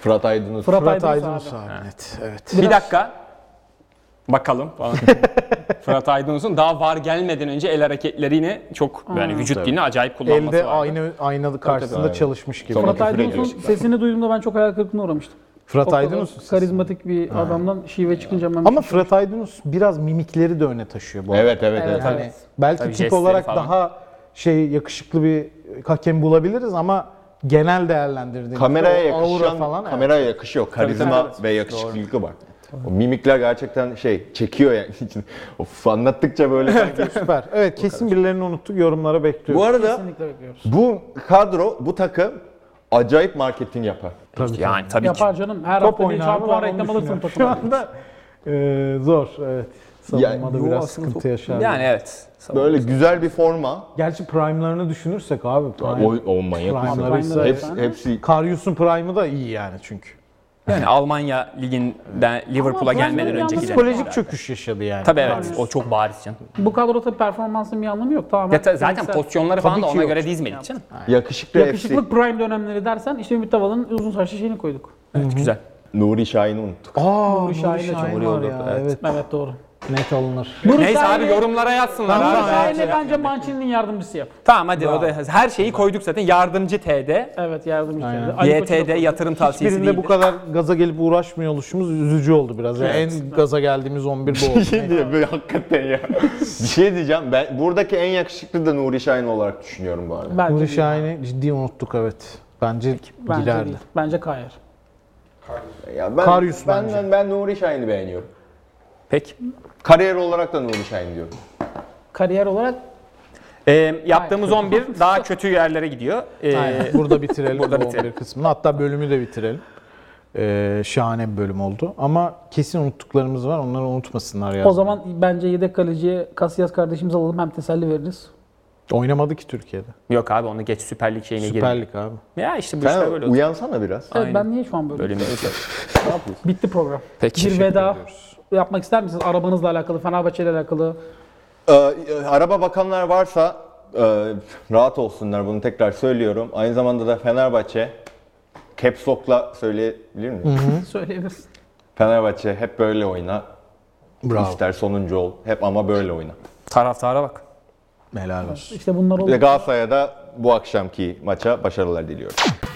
Speaker 1: Fırat Aydın'ı
Speaker 3: Fırat,
Speaker 2: Fırat
Speaker 3: Aydın
Speaker 2: Aydın
Speaker 3: abi.
Speaker 2: abi net. Evet.
Speaker 4: Bir dakika. Bakalım *laughs* falan. Fırat Aydınus'un daha var gelmeden önce el hareketlerini çok yani vücut dilini acayip kullanması
Speaker 2: Elde
Speaker 4: vardı.
Speaker 2: ayna, aynalı karşısında
Speaker 1: aynen.
Speaker 2: çalışmış gibi.
Speaker 1: Sonra-
Speaker 2: Fırat,
Speaker 3: Fırat
Speaker 1: Küfür
Speaker 3: Aydınus'un
Speaker 1: ediyor.
Speaker 3: sesini duyduğumda ben çok hayal kırıklığına uğramıştım. O kadar
Speaker 2: Aydınus.
Speaker 3: Karizmatik bir adamdan şive çıkınca ben...
Speaker 2: Ama Fırat Aydınus biraz mimikleri de öne taşıyor bu arada.
Speaker 1: Evet evet
Speaker 3: Evet,
Speaker 1: evet.
Speaker 3: evet.
Speaker 2: Hani belki
Speaker 4: Tabii
Speaker 2: tip
Speaker 4: jestleri
Speaker 2: olarak
Speaker 4: falan.
Speaker 2: daha şey yakışıklı bir hakem bulabiliriz ama genel değerlendirdiğimiz
Speaker 1: Kameraya
Speaker 2: o aura
Speaker 1: yakışan,
Speaker 2: falan evet.
Speaker 1: kameraya yakışıyor. Karizma
Speaker 4: tabii.
Speaker 1: ve yakışıklılığı var. O mimikler gerçekten şey çekiyor yani *laughs* için. Of anlattıkça böyle sanki.
Speaker 2: süper. Evet kesin birilerini unuttuk. Yorumlara bekliyoruz.
Speaker 1: Bu arada
Speaker 3: Kesinlikle bekliyoruz.
Speaker 1: bu kadro, bu takım acayip marketing yapar.
Speaker 4: Yani tabii ki.
Speaker 3: Yapar canım. Her
Speaker 2: top
Speaker 3: hafta bir
Speaker 2: oynar
Speaker 3: çarpı
Speaker 2: mı?
Speaker 3: puan
Speaker 2: Ben onu
Speaker 3: reklam alırsın
Speaker 2: düşünüyorum. Şu
Speaker 3: takıma.
Speaker 2: anda e, zor evet. Savunmada
Speaker 1: yo,
Speaker 2: biraz
Speaker 4: aslında
Speaker 2: sıkıntı
Speaker 4: top-
Speaker 2: yaşar.
Speaker 4: Yani evet.
Speaker 1: Böyle güzel bir forma.
Speaker 2: Gerçi prime'larını düşünürsek abi prime.
Speaker 1: O, o manyak mısın?
Speaker 2: prime'ları
Speaker 3: Prime'ları-
Speaker 2: ise...
Speaker 1: Hepsi,
Speaker 3: Efendim?
Speaker 1: hepsi
Speaker 2: Karius'un prime'ı da iyi yani çünkü.
Speaker 4: Yani Almanya liginden Liverpool'a
Speaker 3: Ama
Speaker 4: gelmeden
Speaker 3: Almanya'nın
Speaker 4: önceki
Speaker 2: Psikolojik çöküş yaşadı yani.
Speaker 4: Tabii evet. O çok bariz canım.
Speaker 3: Bu kadro tabii performansın bir anlamı yok. Tamamen
Speaker 4: Ya ta- zaten
Speaker 3: fiziksel-
Speaker 4: pozisyonları falan
Speaker 2: Tabii
Speaker 4: da
Speaker 2: ki
Speaker 4: ona
Speaker 2: yok.
Speaker 4: göre dizmedik canım.
Speaker 1: yakışıklı hepsi.
Speaker 3: Yakışıklık prime dönemleri dersen işte Ümit Davala'nın uzun saçlı şeyini koyduk.
Speaker 4: Evet, güzel.
Speaker 1: Nuri Şahin'i unuttuk.
Speaker 2: Aa,
Speaker 3: Nuri
Speaker 2: Nuri
Speaker 3: Şahin de
Speaker 2: Şahin
Speaker 3: çok
Speaker 2: var
Speaker 4: iyi oldu,
Speaker 2: ya. Evet.
Speaker 4: evet.
Speaker 3: Evet doğru.
Speaker 2: Net alınır.
Speaker 3: Nuri
Speaker 4: Neyse abi
Speaker 3: Şahin'le-
Speaker 4: yorumlara yazsınlar
Speaker 3: Nuri
Speaker 4: abi.
Speaker 3: Şahin'le bence Mancini'nin yardımcısı yap.
Speaker 4: Tamam hadi o da her şeyi koyduk zaten. Yardımcı TD,
Speaker 3: Evet yardımcısı.
Speaker 2: Aynen.
Speaker 3: Ali Koç'u da
Speaker 4: YTD
Speaker 3: koyduk.
Speaker 4: yatırım tavsiyesi
Speaker 2: Birinde bu
Speaker 4: değildir.
Speaker 2: kadar gaza gelip uğraşmıyor oluşumuz üzücü oldu biraz. Yani
Speaker 4: Evet.
Speaker 2: En gaza geldiğimiz 11 bu
Speaker 1: *laughs* Bir
Speaker 2: oldu.
Speaker 1: şey diye böyle hakikaten ya. *laughs* bir şey diyeceğim. Ben buradaki en yakışıklı da Nuri Şahin olarak düşünüyorum bu arada.
Speaker 3: Bence
Speaker 2: Nuri
Speaker 3: değil.
Speaker 2: Şahin'i ciddi unuttuk evet. Bence,
Speaker 3: Bence
Speaker 2: girerdi.
Speaker 3: değil. Bence Kayer.
Speaker 1: Ya ben,
Speaker 2: Karius
Speaker 1: ben,
Speaker 2: bence.
Speaker 1: ben, ben Nuri Şahin'i beğeniyorum.
Speaker 4: Peki.
Speaker 1: Kariyer olarak da Nuri Şahin diyorum.
Speaker 3: Kariyer olarak
Speaker 4: Ee, yaptığımız 11 daha kötü yerlere gidiyor. Ee,
Speaker 2: Aynen. Burada bitirelim
Speaker 4: Burada
Speaker 2: bu
Speaker 4: bitirelim.
Speaker 2: 11 kısmını. Hatta bölümü de bitirelim. Ee, şahane bir bölüm oldu. Ama kesin unuttuklarımız var. Onları unutmasınlar ya.
Speaker 3: o zaman bence yedek kaleciye Casillas kardeşimizi alalım hem teselli veririz.
Speaker 2: oynamadı ki Türkiye'de.
Speaker 4: Yok abi onu geç Süper Lig şeyine girelim.
Speaker 2: Süper Lig abi.
Speaker 4: Ya işte bu
Speaker 1: Sen
Speaker 4: işler böyle oluyor.
Speaker 1: uyansana biraz.
Speaker 3: Evet,
Speaker 4: Aynen.
Speaker 3: ben niye şu an böyle?
Speaker 4: Bölümümüz yok.
Speaker 1: Ne yapıyorsun?
Speaker 3: Bitti program.
Speaker 4: Peki.
Speaker 3: Bir veda yapmak ister misiniz? Arabanızla alakalı, Fenerbahçe ile alakalı.
Speaker 1: Ee, e, araba bakanlar varsa e, rahat olsunlar bunu tekrar söylüyorum. Aynı zamanda da Fenerbahçe caps lock'la söyleyebilir miyim?
Speaker 3: Söyleyebilirsin.
Speaker 1: Fenerbahçe hep böyle oyna.
Speaker 2: Bravo.
Speaker 1: İster sonuncu ol. Hep ama böyle oyna.
Speaker 4: Taraftara bak.
Speaker 2: Helal olsun.
Speaker 3: İşte bunlar
Speaker 1: Bir de
Speaker 3: oldu.
Speaker 1: Galatasaray'a da bu akşamki maça başarılar diliyorum.